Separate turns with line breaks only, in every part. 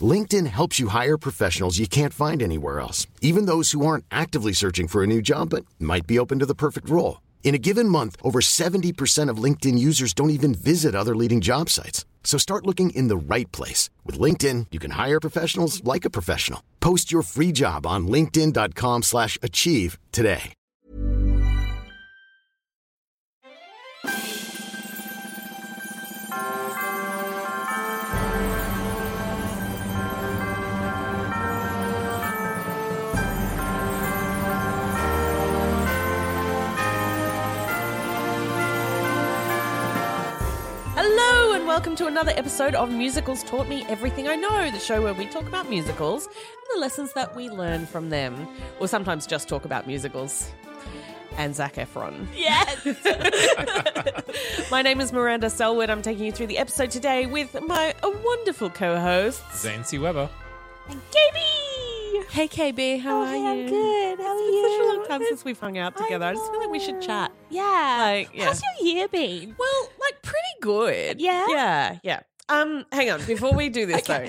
LinkedIn helps you hire professionals you can't find anywhere else, even those who aren't actively searching for a new job but might be open to the perfect role. In a given month, over 70% of LinkedIn users don't even visit other leading job sites. So start looking in the right place. With LinkedIn, you can hire professionals like a professional. Post your free job on linkedin.com slash achieve today.
Hello, and welcome to another episode of Musicals Taught Me Everything I Know, the show where we talk about musicals and the lessons that we learn from them, or sometimes just talk about musicals. And Zach Efron. Yes! my name is Miranda Selwood. I'm taking you through the episode today with my uh, wonderful co hosts,
Zancy Weber.
KB! Oh, Hey, KB, how are you? I'm good.
How
It's been such a long time since we've hung out together. I, just feel like we should chat.
Yeah.
Like, yeah.
How's your year been?
Well, like pretty good.
Yeah?
Yeah. Yeah. Um, hang on. Before we do this, though,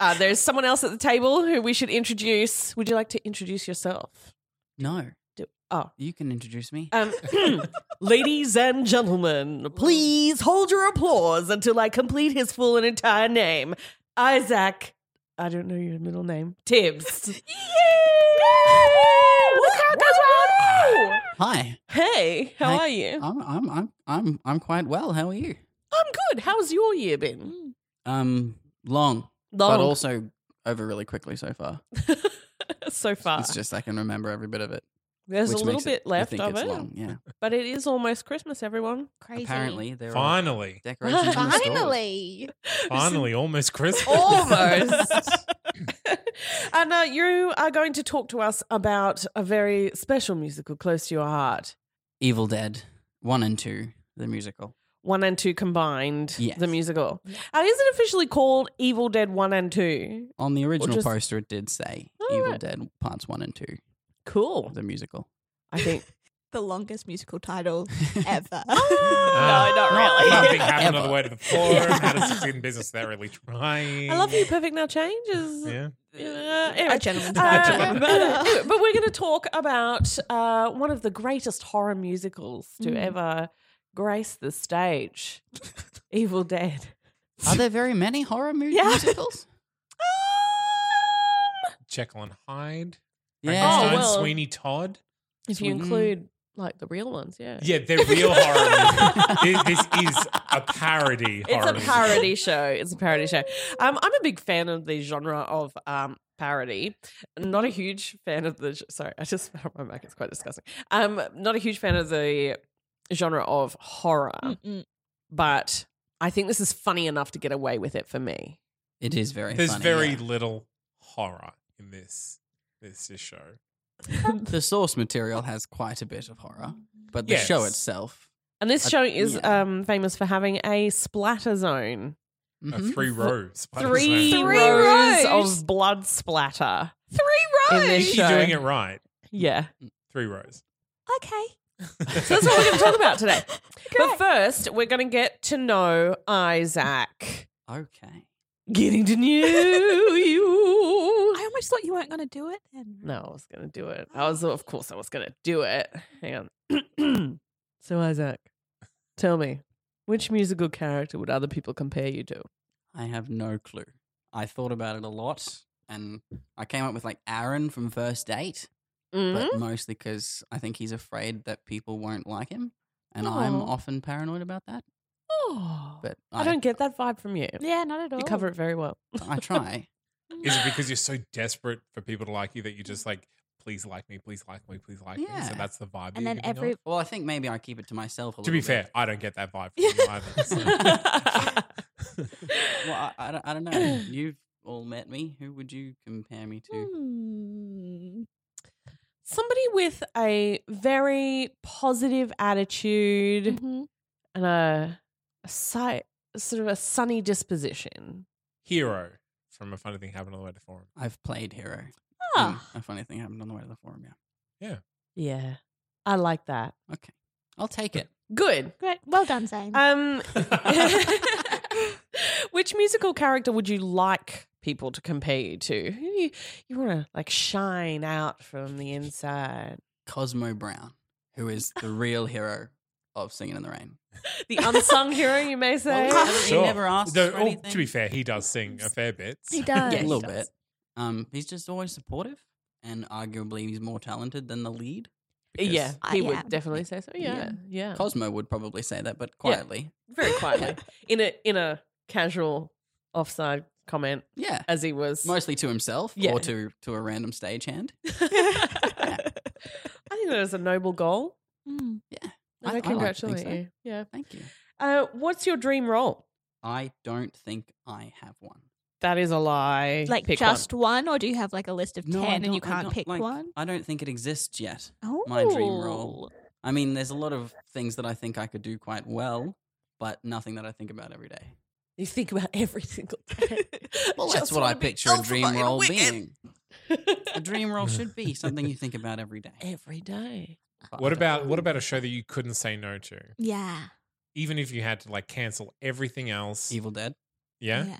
uh, there's someone else at the table who we should introduce. Would you like to introduce yourself?
No,
Do- oh,
you can introduce me.
um, ladies and gentlemen, please hold your applause until I complete his full and entire name, Isaac. I don't know your middle name, Tibbs. Yay!
Hi.
Hey, how
Hi.
are you?
I'm I'm I'm I'm I'm quite well. How are you?
I'm good. How's your year been?
Um, long,
Long
but also over really quickly so far.
so far.
It's just I can remember every bit of it.
Uh, There's a
which
little
makes
bit
it- I
left
think
of
it's
it,
long, Yeah.
but it is almost Christmas, everyone.
Crazy.
Apparently there are
Finally.
decorations in the stores.
Finally.
Finally, almost Christmas.
Almost. and uh, you are going to talk to us about a very special musical close to your heart.
Evil Dead one and two, the musical.
One and two combined,
Yes.
the musical. Uh, is it officially called Evil Dead 1 and 2?
On the original
just-
poster, it did say
Oh,
Evil
right.
Dead Parts One and Two,
Cool.
the musical.
I think.
The longest musical title ever.
Uh,
Ah.
no, not
not-
really.
Nothing happened on
Ever.
the way to the forum. How to succeed in business without really trying.
I love you, Perfect Now Changes.
Yeah.
Uh, anyway.
A gentleman's
Uh,
gentleman's
matter.
anyway, but we're going to talk about uh, one of the greatest horror musicals to
Mm.
ever grace the stage Evil Dead.
Are there very many horror mu-
Yeah.
musicals?
Jekyll and Hyde.
Yeah.
Frankenstein,
Oh, well.
Sweeney Todd.
If you
Sweet.
include like the real ones, yeah.
Yeah, they're real horror movies. This this is a parody
It's
horror
a parody show. It's a parody show. Um, I'm a big fan of the genre of um parody. Not a huge fan of the. Sorry, I just found my mic. It's quite disgusting. Um, not a huge fan of the genre of horror,
Mm-mm.
but I think this is funny enough to get away with it for me.
It is very.
Movie. There's
funny,
very
yeah.
little horror in this this, this show.
The source material has quite a bit of horror, but the
Yes.
show itself.
And this
I-
show is
yeah.
um famous for having a splatter zone.
Mhm.
A Uh, three rows. What is
Mm-hmm. Three,
that?
Three
rows,
rows.
of blood splatter.
Three
In
rows.
this
Is she
show.
doing it right?
Yeah.
Three rows.
Okay.
So that's what we're going to talk about today. But
Correct.
first, we're going to get to know Isaac.
Okay.
Getting to know you.
I almost thought you weren't going to do it then.
No, I was going to do it. I was, of course, I was going to do it. Hang on. so, Isaac, tell me, which musical character would other people compare you to?
I have no clue. I thought about it a lot, and I came up with like Aaron from First Date,
Mm.
but mostly because I think he's afraid that people won't like him, and I'm
Aw.
often paranoid about that.
Oh,
But I,
I don't get that vibe from you.
Yeah, not at all.
You cover it very well.
I try.
Is it because you're so desperate for people to like you that you just like, please like me, please like me, please like me? So
Yeah.
that's the vibe.
And
that you're
then
giving
every.
off?
well, I think maybe I keep it to myself.
To
A little
be
bit.
fair, I don't get that vibe from you either. so.
well, I, I, don't, I don't know. You've all met me. Who would you compare me to?
Hmm.
somebody with a very positive attitude
Mhm.
and a, a si- sort of a sunny disposition.
Hero from a funny thing happened on the way to forum.
I've played Hero. and
Ah,
A funny thing happened on the way to the forum, yeah.
Yeah, I like that.
Okay. I'll take it.
Good.
great. Well done, Zane.
Um, which musical character would you like people to compare you to? Who do you you want to like shine out from the inside?
Cosmo Brown, who is the real hero of Singing in the Rain.
The unsung hero, you may say.
Well, he never asks
No,
for
oh,
anything.
to be fair, he does sing a fair bit.
he
so-
yeah,
does. Yeah,
a
he
little
does.
bit. Um, he's just always supportive, and arguably he's more talented than the lead.
Uh, yeah,
because
I
he would
am.
definitely say so. Yeah,
Oh.
yeah,
Cosmo would probably say that, but quietly.
very quietly in a in a casual offside comment
Yeah,
as he was.
mostly to himself
Yeah.
or to to a random stagehand.
I think that is a noble goal.
Mm.
And I,
like to think
congratulate
so.
you. Yeah.
Thank you.
Uh, what's your dream role?
I don't think I have one.
That is a lie.
Like
Pick one.
just one. or do you have like a list of
I
ten and you
don't- I
can't
don't-
pick
like,
one?
I don't think it exists yet.
Oh,
my dream role. I mean, there's a lot of things that I think I could do quite well, but nothing that I think about every day.
You think about every single day.
Well, that's
Just
what I
wanna be
picture a
alpha
dream
male
role
wicked.
being. A dream role should be something you think about every day.
every day.
but
What
I don't.
about what about a show that you couldn't say no to,
Yeah.
even if you had to like cancel everything else?
Evil Dead?
Yeah,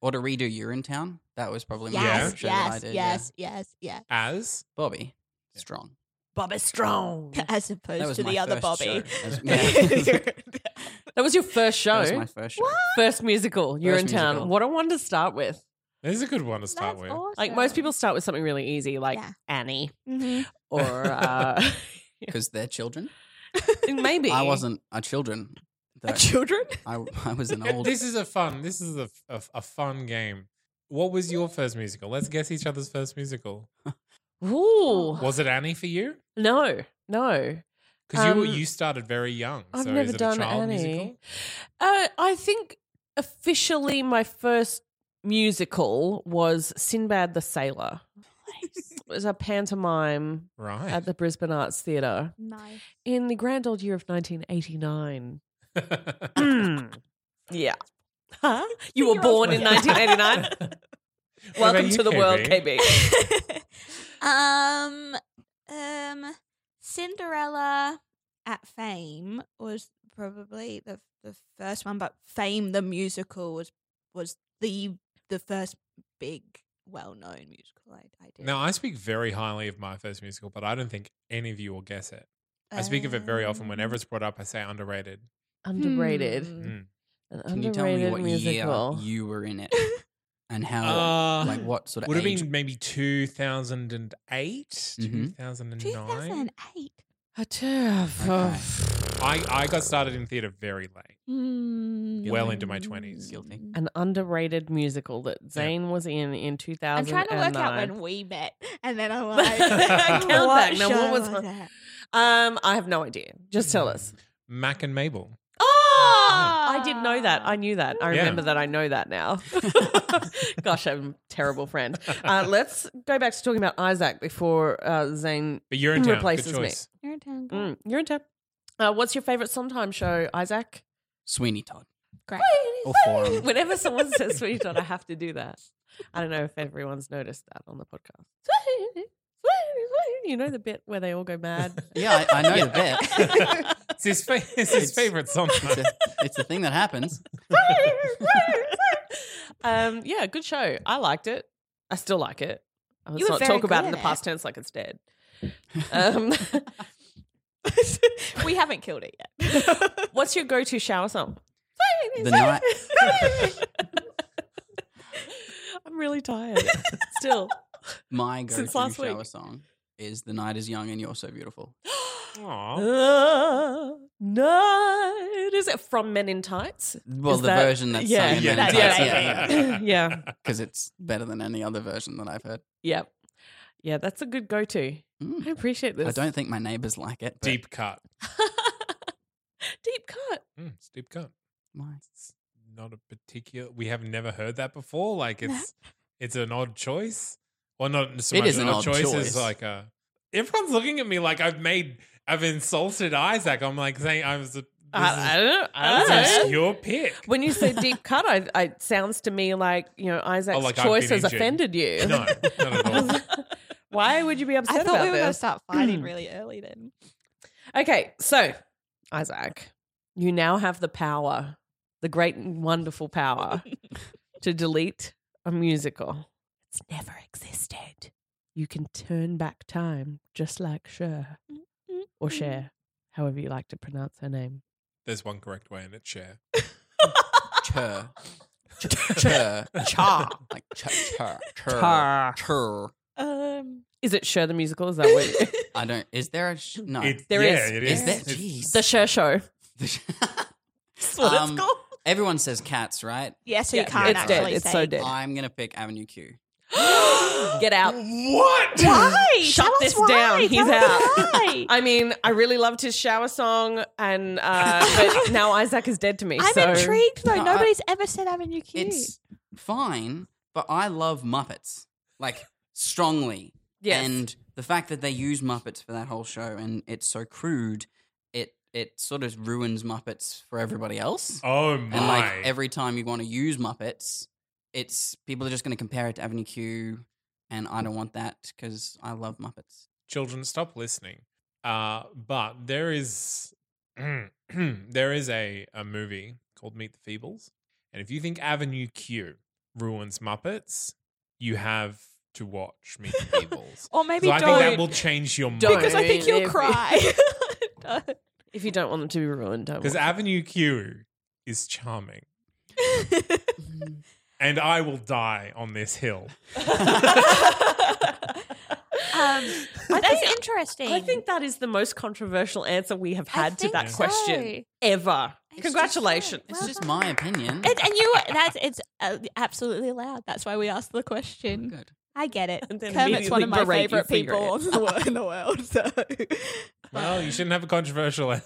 Or to redo Urinetown? That was probably my
Yes,
Yeah.
favorite show that I
yes,
did. yeah.
yes, yes, yes.
as
Bobby,
Yeah.
strong.
Bobby Strong.
Mm.
As
That
opposed
was
to
my
the other
first
Bobby.
show. As- yeah.
that was your first
that
show.
was my first show.
First musical, you're
First
in town.
musical.
What a one to start with.
there's a good one to start
That's
with.
awesome.
Like most people start with something really easy, like
Yeah.
Annie
Mhm.
or uh,
Because they're children.
maybe
I wasn't a children. though.
Children?
I, I was an
Yeah,
old.
This is a fun. This is a, a a fun game. What was your first musical? Let's guess each other's first musical.
Ooh,
Was it Annie for you?
no, no.
Because you were-
Um,
you started very young.
I've
so
never
is it
done
a child
Annie.
musical?
Uh, I think officially my first musical was Sinbad the Sailor. It was a pantomime
Right.
at the Brisbane Arts Theatre
Nice.
in the grand old year of 1989. yeah. Huh? You were born in 1989.
What
Welcome
about
to
you,
the world,
KB?
KB.
um, um, Cinderella at Fame was probably the the first one, but Fame the musical was was the the first big well known musical I, I did.
Now I speak very highly of my first musical, but I don't think any of you will guess it. I speak of it very
Um,
often.
Um.
Whenever it's brought up, I say underrated.
Underrated.
hmm.
Mm.
An
Can
underrated
you tell me what
musical.
year you were in it? And
Oh,
how,
Uh,
like, what sort of
would have
age?
been maybe 2008,
Mm-hmm.
2009.
2008.
A tough-
Okay.
I, I got started in theater very late. Well into my
Mm.
20s.
Guilty.
An underrated musical that Zane was in in 2009.
I'm trying to work out when we met, and then I'm like,
Count
back. Now, what
show
was my-
that?
Um, I have no idea. Just tell us.
Mac and Mabel.
Ah!
Oh, I did know that. I knew that. I
Yeah.
remember that. I know that now. Gosh, I'm a terrible friend. Uh, let's go back to talking about Isaac before uh, Zane.
But you're in town. Good
Replaces me.
choice.
You're in town, girl.
Mm, you're in town. Uh, what's your favorite sometime show, Isaac?
Sweeney Todd.
Great.
Or forum.
Whenever someone says sweetie dot, I have to do that. I don't know if everyone's noticed that on the podcast. You know the bit where they all go mad?
Yeah, I, I know the bit.
it's his, fa- it's his
It's-
favorite song.
It's a, it's a thing that happens.
um, yeah, good show. I liked it. I still like it. Let's
You were
not
very
talk about
good
it in the
at it.
past tense like it's dead. Um,
we haven't killed it yet.
what's your go-to shower song?
The night.
I'm really tired still.
My go-to
Since last
shower
week.
song is "The Night Is Young and You're So Beautiful."
Aw.
Oh.
Ah, night is it from Men in Tights?
Well,
Is
the
that-
version that's
yeah,
sung in
yeah,
yeah,
Manhattan, yeah,
yeah, yeah.
yeah,
because it's better than any other version that I've heard.
yeah, yeah. That's a good go-to.
Mm.
I appreciate this.
I don't think my neighbors like it. but
Deep cut.
deep cut.
Mm, it's deep cut.
My,
It's not a particular. We have never heard that before. Like it's it's an odd choice. Well, not so
It
much
is an odd
choice,
choice.
as like a Everyone's looking at me like I've made, I've insulted Isaac. I'm like saying I was a, this
I, I
is,
don't know. I
that's
don't
an
know.
obscure pick.
When you say deep cut, I, I it sounds to me like you know Isaac's
Oh, like I've
choice
been
has
injured.
offended you.
No, not at all.
Why would you be upset
I thought
about
we were going to
this?
start fighting really early then.
Okay, so Isaac, you now have the power, the great and wonderful power, to delete a musical. It's never existed. You can turn back time, just like Cher or Cher, however you like to pronounce her name.
There's one correct way, and it's share.
Chur. Chur.
Cha.
Like chur. Chur. Chur.
Cher.
Chur.
Um,
Is it Cher the musical? Is that what? You-
I don't. Is there a. Sh- no.
It-
There
yeah,
is.
It is.
is there?
It's-
Jeez.
the Cher Show.
The sh-
That's what
Um,
it's called.
Everyone says cats, right?
yeah, so
Yeah,
you can't
it's
actually
dead. It's
say
so dead.
I'm going to pick Avenue Q.
Get out.
What?
Why?
Shut
Tell us
this
why.
down. He's
Tell us
out.
why.
I mean, I really loved his shower song, and uh, but now Isaac is dead to me.
I'm
so.
intrigued though.
No, I-
Nobody's ever said Avenue Q.
It's fine, but I love Muppets. Like, strongly.
Yes.
And the fact that they use Muppets for that whole show and it's so crude, it it sort of ruins Muppets for everybody else.
Oh
And
my!
like every time you want to use Muppets, it's people are just going to compare it to Avenue Q, and I don't want that because I love Muppets.
Children, stop listening. Uh, but there is there is a a movie called Meet the Feebles, and if you think Avenue Q ruins Muppets, you have to watch Meet the Feebles.
or maybe
so I think that
don't
will change your
Don't.
because I
mind.
think you'll
Maybe.
cry. Don't.
if you don't want them to be ruined, don't.
Because
watch
Avenue Q is charming, and I will die on this hill.
it.
um,
I
that's
think-
interesting.
I think that is the most controversial answer we have
I
had to
think
that
so.
question ever.
It's just
Congratulations.
so-
It's
Well
just
done.
my opinion.
And, and you, that's it's uh, absolutely allowed. That's why we asked the question.
Good.
I get it.
And then
Kermit's one of my
immediately berate you
favorite
for your
people on the wor- in the world. So,
Well, you
But-
shouldn't have a controversial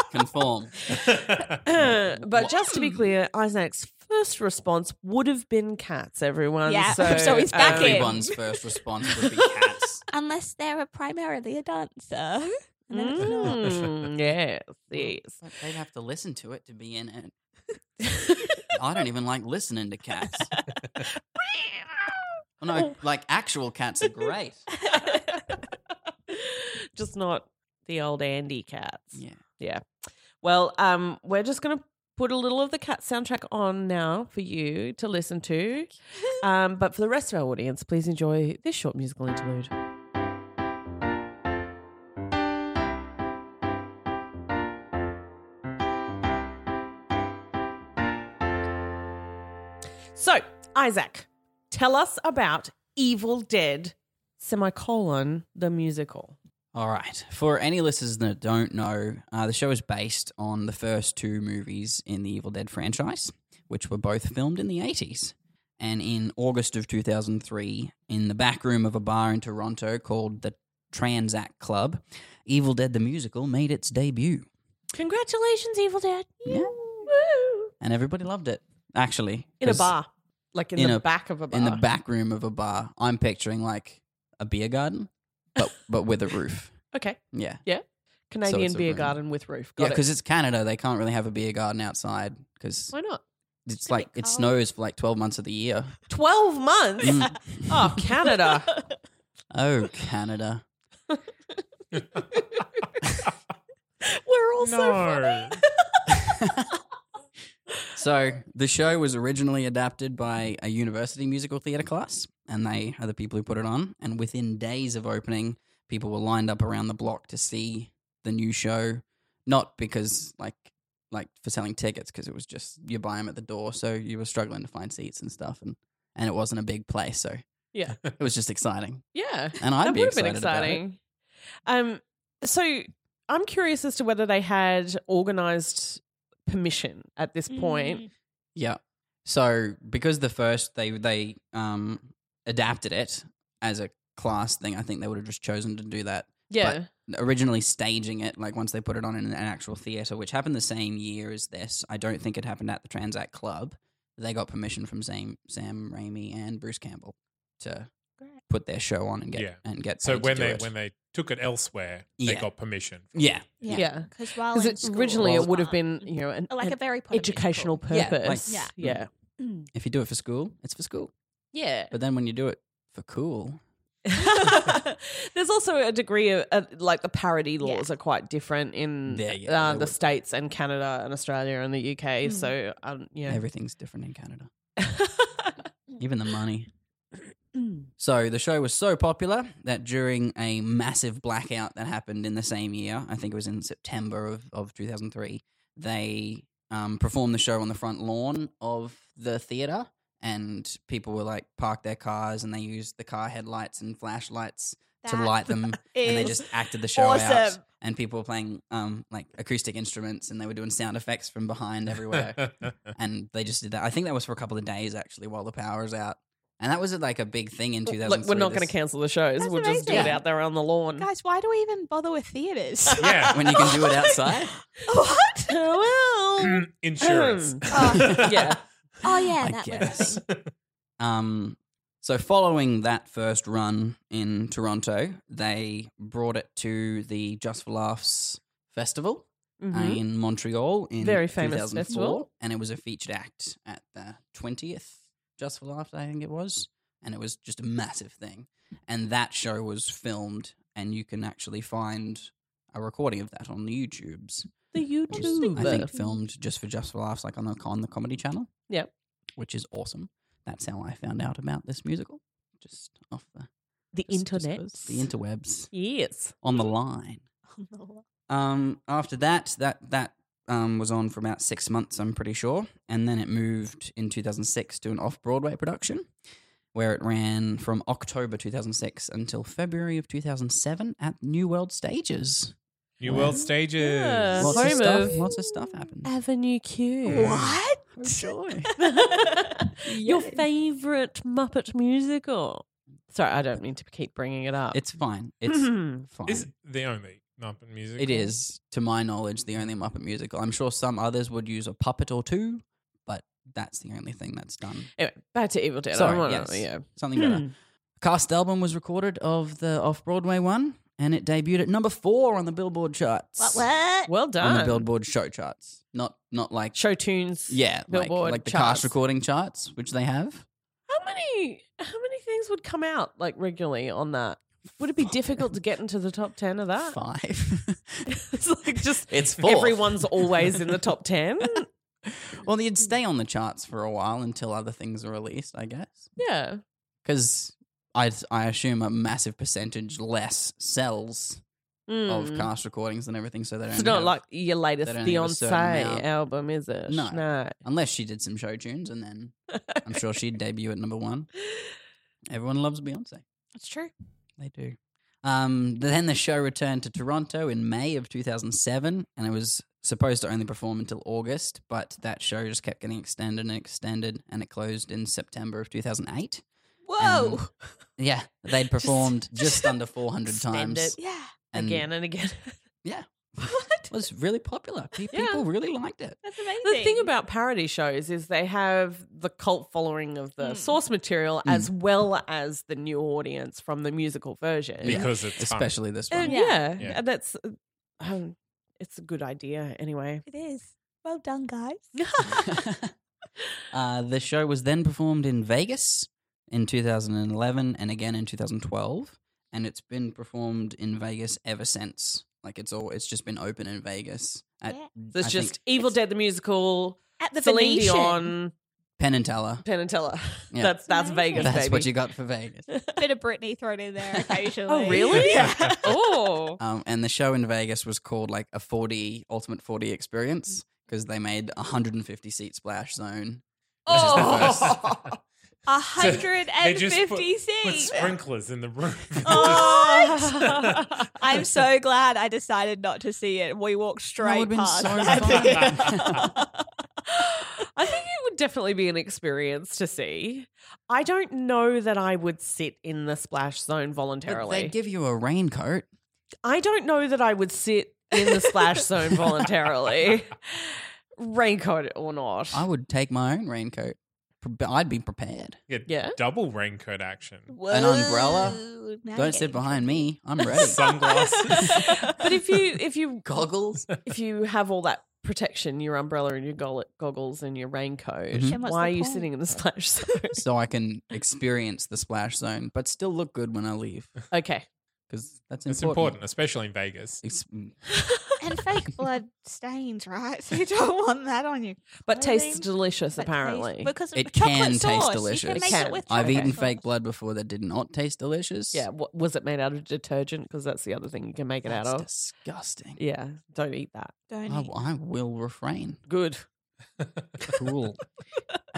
Conform.
answer.
but just to be clear, Isaac's first response would have been cats, everyone.
Yeah,
so, um,
so he's back in.
Everyone's first response would be cats.
unless they're primarily a dancer, And then it's not.
Mm, yes, yes.
But they'd have to listen to it to be in it. I don't even like listening to cats. No, like actual cats are great.
just not the old Andy cats.
Yeah.
Well, um, we're just going to put a little of the cat soundtrack on now for you to listen to. Um, but for the rest of our audience, please enjoy this short musical interlude. So, Isaac, tell us about Evil Dead semicolon the musical.
All right. For any listeners that don't know, uh, the show is based on the first two movies in the Evil Dead franchise, which were both filmed in the 80s. And in August of 2003, in the back room of a bar in Toronto called the Transact Club, Evil Dead the Musical made its debut.
Congratulations, Evil Dead.
Yeah. And everybody loved it, actually.
In a
'cause
bar. Like in,
in
the
a-
back of a bar.
In the back room of a bar. I'm picturing like a beer garden, but, but with a roof.
Okay.
Yeah.
Canadian
a
beer
room.
garden with roof.
Yeah,
Got it.
because it's Canada. They can't really have a beer garden outside because
Why not?
it's
gonna be
like
Oh.
it
cold.
snows for like 12 months of the year.
12 months?
Mm.
oh, Canada.
oh, Canada.
We're all so funny.
no.
So the show was originally adapted by a university musical theatre class, and they are the people who put it on. And within days of opening, people were lined up around the block to see the new show, not because like like for selling tickets, because it was just you buy them at the door, so you were struggling to find seats and stuff, and and it wasn't a big place, so
Yeah.
it was just exciting.
Yeah.
And I'd
that
be
would have been
excited about it.
exciting. Um, so I'm curious as to whether they had organized permission at
Mm.
this point.
Yeah. So because the first they they um adapted it as a class thing, I think they would have just chosen to do that.
Yeah.
Originally staging it, like once they put it on in an actual theater, which happened the same year as this. I don't think it happened at the Transact Club. They got permission from Sam Sam Raimi and Bruce Campbell to put their show on and get
Yeah.
and get.
So
paid
when
to do
they
it.
when they took it elsewhere, they
Yeah.
got permission. from-
yeah,
Yeah.
Yeah.
Because while
Because
in
it-
school,
originally
was
it would have
fun.
been, you know, an,
like
an
a very Potter
educational
musical.
Yeah, like- mm.
purpose.
Yeah.
yeah.
if you do it for school, it's for school.
Yeah.
But then when you do it for cool,
There's also a degree of uh, like the parody laws are quite different in
There you go.
uh,
They
the
would-
states and Canada and Australia and the UK.
Mm.
So um, yeah,
everything's different in Canada. Even the money. So the show was so popular that during a massive blackout that happened in the same year, I think it was in September of, of 2003, they um, performed the show on the front lawn of the theater and people were like parked their cars and they used the car headlights and flashlights to
That
light them and they
is
just acted the show out
awesome.
and people were playing um, like acoustic instruments and they were doing sound effects from behind everywhere and they just did that. I think that was for a couple of days actually while the power was out, and that was uh, like a big thing in 2003.
like we're not going
this-
to cancel the shows.
That's
we'll just do it
amazing.
out there on the lawn.
Guys, why do we even bother with theaters?
yeah.
when you can do it outside.
what?
Oh, well,
Insurance.
Oh,
yeah.
Oh yeah,
I
that was
guess. Um, so following that first run in Toronto, they brought it to the Just for Laughs festival uh,
Mhm.
in Montreal in
Very famous
2004,
festival.
and it was a featured act at the 20th Just for Laughs, I think it was, and it was just a massive thing. And that show was filmed, and you can actually find a recording of that on the YouTubes.
the
It was,
YouTube.
I think filmed just for Just for Laughs, like on the on the comedy channel.
Yep.
which is awesome. That's how I found out about this musical, just off the
the
just- just
internet.
those- the interwebs,
Yes.
on the line.
amazing.
Um, after that, that that um, was on for about six months, I'm pretty sure, and then it moved in 2006 to an off-Broadway production, where it ran from October 2006 until February of 2007 at New World Stages.
New World Stages. Uh,
Yeah.
Lots
Home
of stuff.
of-
Lots of stuff happened.
Avenue Q.
What?
Joy.
Your favorite Muppet musical. Sorry, I don't mean to keep bringing it up.
It's fine. It's fine.
Is it the only Muppet music?
It is, to my knowledge, the only Muppet musical. I'm sure some others would use a puppet or two, but that's the only thing that's done.
anyway, back to Evil Dead.
Sorry,
I wanna,
yes.
yeah. Hmm.
Something better. Cast album was recorded of the off Broadway one, and it debuted at number four on the Billboard charts.
What? What?
Well
On the
done.
Billboard show charts. Not not like
Show tunes.
Yeah, like,
Billboard
like the
charts.
cast recording charts, which they have.
How many how many things would come out like regularly on that? Would it be difficult to get into the top ten of that?
Five.
it's like just
it's four.
everyone's always in the top ten.
Well, you'd stay on the charts for a while until other things are released, I guess.
Yeah.
because I I assume a massive percentage less sells of
Mm.
cast recordings and everything, so they don't.
It's not
have-
like your latest
they don't have a certain
Beyonce
amount.
album, is it?
No.
No.
unless she did some show tunes, and then I'm sure she'd debut at number one. Everyone loves Beyonce.
It's true.
They do. Um, then the show returned to Toronto in May of 2007, and it was supposed to only perform until August, but that show just kept getting extended and extended, and it closed in September of 2008. And,
Whoa.
yeah, they'd performed just, under 400
extend
times.
it.
yeah.
and-
again and again.
What? was really popular. Pe-
Yeah.
People really liked it.
That's amazing.
The thing about parody shows is they have the cult following of the
Mm.
source material
Mm.
as well as the new audience from the musical version.
Yeah.
Because it's fun.
Especially this one.
And
Yeah.
yeah,
Yeah.
and that's um, it's a good idea anyway.
it is. Well done, guys.
Mm, uh, the show was then performed in Vegas in 2011 and again in 2012, and it's been performed in Vegas ever since. Like it's all, it's just been open in Vegas at
Yeah.
I
There's
think-
just Evil Dead the musical,
At the
Celine
Venetian.
Dion,
Penn and Teller.
Penn and Teller.
Yeah.
That's that's
Amazing.
Vegas,
That's
baby.
what you got for Vegas.
Bit of Britney thrown in there occasionally.
oh really?
Yeah.
oh,
Um, and the show in Vegas was called like a 40 Ultimate 40 Experience because they made a 150 seat splash zone.
This is the
Oh,
first-
a hundred
They
and
just
fifty
Put
six.
sprinklers in the room.
Oh. I'm so glad I decided not to see it. We walked straight
would've been
past.
so
that.
I think it would definitely be an experience to see. I don't know that I would sit in the splash zone
But
voluntarily.
they give you a raincoat.
I don't know that I would sit in the splash zone voluntarily, raincoat or not.
I would take my own raincoat. pre- I'd be prepared.
Get
Yeah.
double raincoat action.
An umbrella?
Whoa, now you're
Don't sit
getting-
behind me. I'm ready.
Sunglasses.
but if you if you
Goggles.
if you have all that protection, your umbrella and your goggle- goggles and your raincoat,
Mhm.
Then what's
why are
the
you
point?
sitting in the splash zone?
so I can experience the splash zone, but still look good when I leave
okay.
because that's
It's
important.
important, especially in Vegas.
It's- mm,
And fake blood stains, right? So you don't want that on you.
But
I
tastes
mean,
delicious
But taste-
apparently.
because of
It
chocolate
can taste
sauce. You
delicious.
can
It
make it,
can.
with
I've
chocolate
eaten
sauce.
fake blood before that did not taste delicious.
yeah, what, was it made out of detergent? Because that's the other thing you can make it
that's
out of.
disgusting.
Yeah, don't eat that.
Don't
I,
eat.
I will refrain.
Good.
Cool.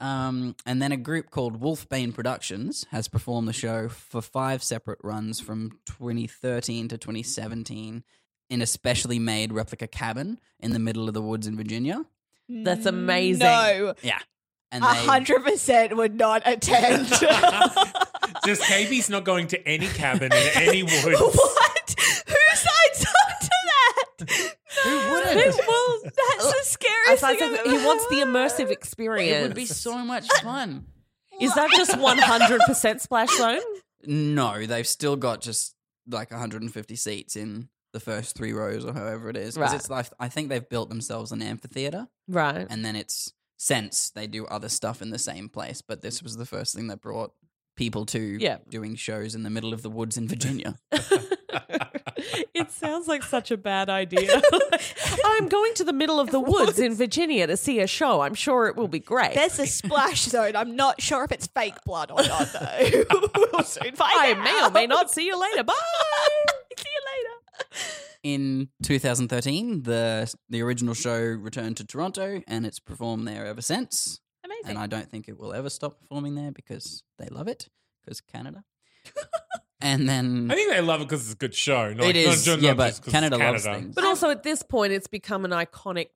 um, and then a group called Wolfbane Productions has performed the show for five separate runs from 2013 to 2017 in a specially made replica cabin in the middle of the woods in Virginia.
That's amazing.
Mm. No,
And
a hundred percent would not attend.
Just KB's not going to any cabin in any woods.
what? Who signs up to that?
Who wouldn't?
Well, that's the
I
scariest
thought
thing. I've
he
ever
wants the
heard.
immersive experience.
It would be so much fun.
Is that just 100% splash zone?
no, they've still got just like 150 seats in the first three rows or however it is. 'Cause
Right.
it's like I think they've built themselves an amphitheater,
Right.
and then it's since they do other stuff in the same place. But this was the first thing that brought people to
Yeah.
doing shows in the middle of the woods in Virginia.
it sounds like such a bad idea. I'm going to the middle of the woods in Virginia to see a show. I'm sure it will be great.
There's a splash zone. I'm not sure if it's fake blood or not, though. we'll soon find
I
out.
may or may not see you later. Bye.
See you later.
in 2013, the the original show returned to Toronto, and it's performed there ever since.
Amazing.
and I don't think it will ever stop performing there because they love it because Canada. and then
I think they love it because it's a good show. Not,
it is,
not- not
yeah,
just
but
'cause it's
Canada, loves things.
But also at this point, it's become an iconic,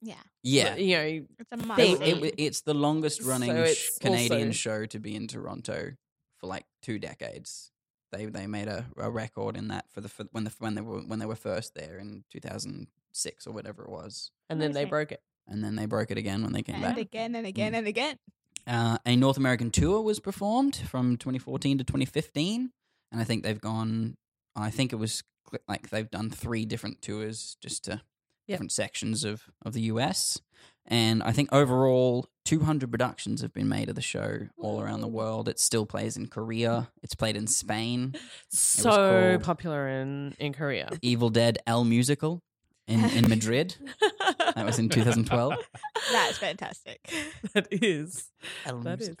yeah,
yeah,
you know,
it's a must.
They-
it, it, it's the longest running
So
sh-
it's
Canadian
also-
show to be in Toronto for like two decades. They they made a, a record in that for the for when the when they were when they were first there in 2006 or whatever it was,
and then they
Amazing.
broke it.
and then they broke it again when they came
and
back.
again and again and again.
Uh, a North American tour was performed from 2014 to 2015, and I think they've gone. I think it was cl- like they've done three different tours just to different sections of of the US, and I think overall 200 productions have been made of the show all around the world. It still plays in Korea. It's played in Spain.
So
called-
popular in, in Korea.
Evil Dead El Musical in in Madrid. That was in 2012.
That's fantastic.
that is.
El
That is.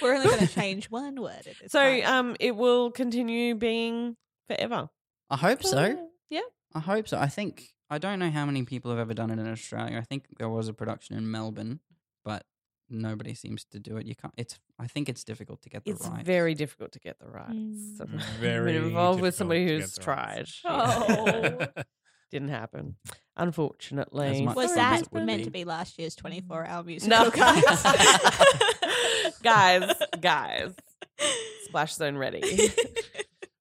We're only going to change one word. At this
So
time.
um, it will continue being forever.
I hope so.
Yeah.
I hope so. I think I don't know how many people have ever done it in Australia. I think there was a production in Melbourne, but nobody seems to do it. You can't. It's. I think it's difficult to get the
It's
rights.
very difficult to get the rights.
Mm.
I've been
Very
involved with
difficult
somebody
to
who's
get the rights.
tried.
Oh.
Didn't happen, unfortunately.
much
was
Sorry,
that
it would
meant
be.
to be Mm. last year's 24-hour musical,
no,
guys?
guys, guys, splash zone ready.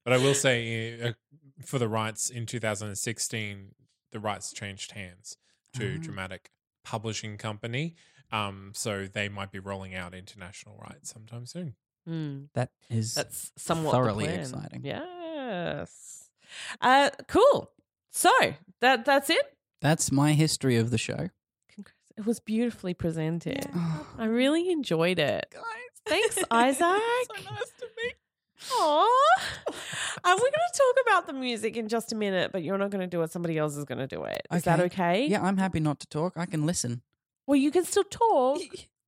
But I will say, uh, for the rights in 2016, the rights changed hands to
Ah.
Dramatic Publishing Company. Um, so they might be rolling out international rights sometime soon.
Mm,
That is.
that's somewhat the
Thoroughly
plan.
exciting.
Yes. Uh, cool. So that that's it.
that's my history of the show.
Congrats. It was beautifully presented.
Yeah.
I really enjoyed it.
Guys.
Thanks, Isaac.
to meet
Aww. Um, we're going to talk about the music in just a minute, but you're not going to do it. Somebody else is going to do it. Is that
Okay.
okay?
yeah, I'm happy not to talk. I can listen,
Well, you can still talk.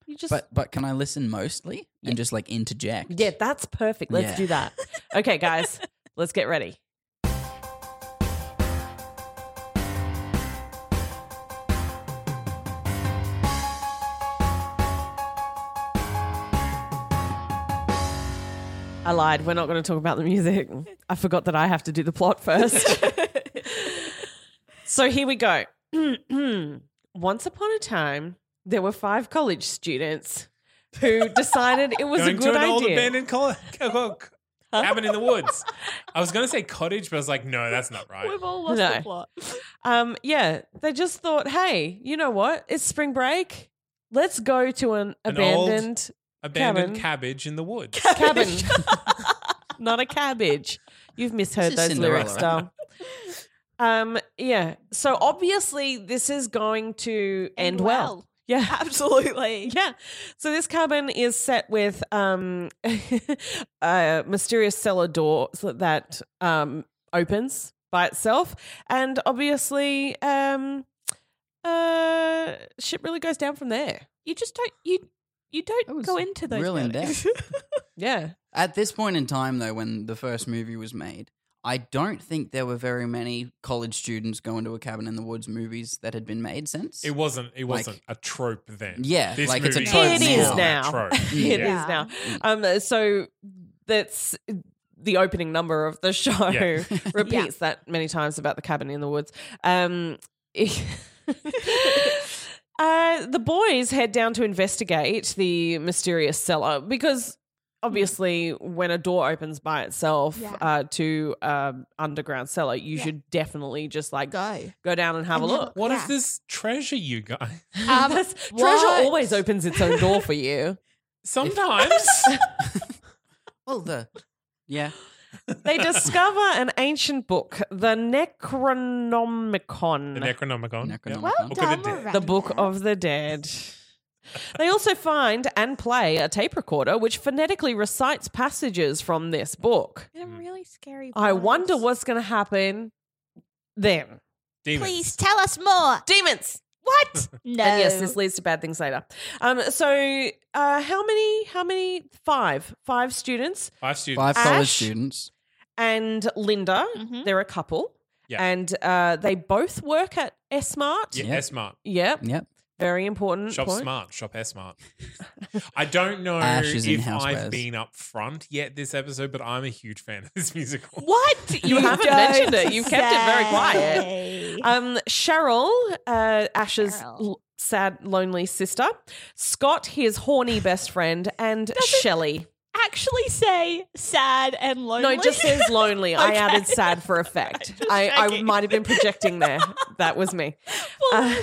You just.
but but can I listen mostly and just like interject?
yeah, that's perfect. Let's
Yeah.
do that. Okay, guys, let's get ready. I lied. We're not going to talk about the music. I forgot that I have to do the plot first. so here we go. Once upon a time, there were five college students who decided it was
Going
a good
to an
idea.
old abandoned col- cook cabin in the woods. I was going to say cottage, but I was like, no, that's not right.
We've all lost
No.
the plot.
Um, yeah, they just thought, hey, you know what? It's spring break. Let's go to an,
An old-
abandoned
Abandoned
Cabin.
cabbage in the woods.
cabin, not a cabbage. You've misheard
This
those
is Cinderella.
lyrics, darling. Um, yeah. So obviously, this is going to end, well. Yeah.
Absolutely.
Yeah. So this cabin is set with um, a mysterious cellar door so that um, opens by itself. And obviously, um, uh, shit really goes down from there.
You just don't you you
That
don't
was
go into those
real in
buildings.
Yeah.
At this point in time, though, when the first movie was made, I don't think there were very many college students going to a cabin in the woods movies that had been made since.
It wasn't. It
Like-
wasn't a trope then.
Yeah,
This
like, it's a
movie
trope
is
now.
not a
It
trope.
Yeah.
It is
Yeah.
now. Um, so that's the opening number of the show
Yeah.
repeats that many times about the cabin in the woods. Um, uh, the boys head down to investigate the mysterious cellar because obviously, when a door opens by itself
Yeah.
uh, to um, underground cellar, you
Yeah.
should definitely just like go,
go.
down and have
And
a
have a
look.
What
Yeah.
if there's treasure, you guys?
Um,
That's- treasure
what?
always opens its own door for you.
Sometimes.
well, the yeah,
They discover an ancient book, the Necronomicon,
the
the,
Necronomicon. yeah.
Necronomicon.
Well
Book
of
done,
the Dead.
Miranda.
Book of the Dead. They also find and play a tape recorder which phonetically recites passages from this book.
in a really scary.
I wonder
voice.
what's going to happen then.
Demons.
Please tell us more.
Demons.
What? no.
And yes, this leads to bad things later. Um, so, uh, how many? How many? Five. Five students
Five students.
Five college
Ash-
students.
and Linda.
Mhm.
They're a couple.
Yeah.
And uh, they both work at Smart.
Yeah,
Yeah.
S smart.
Yep.
Yep.
Very important.
Shop
point.
smart. Shop S smart. I don't know
Ash is in
if I've
Housewares.
been up front yet this episode, but I'm a huge fan of this musical.
What?
You haven't
don't
mentioned it. You've kept it very quiet.
say.
Um, Cheryl, uh, Ash's
Cheryl.
l- sad, lonely sister. Scott, his horny best friend, and Shelley.
Actually, say sad and
No,
lonely.
it just says lonely. I
Okay.
added sad for effect.
Just
I, I
checking.
might have been projecting there. That was me. Uh,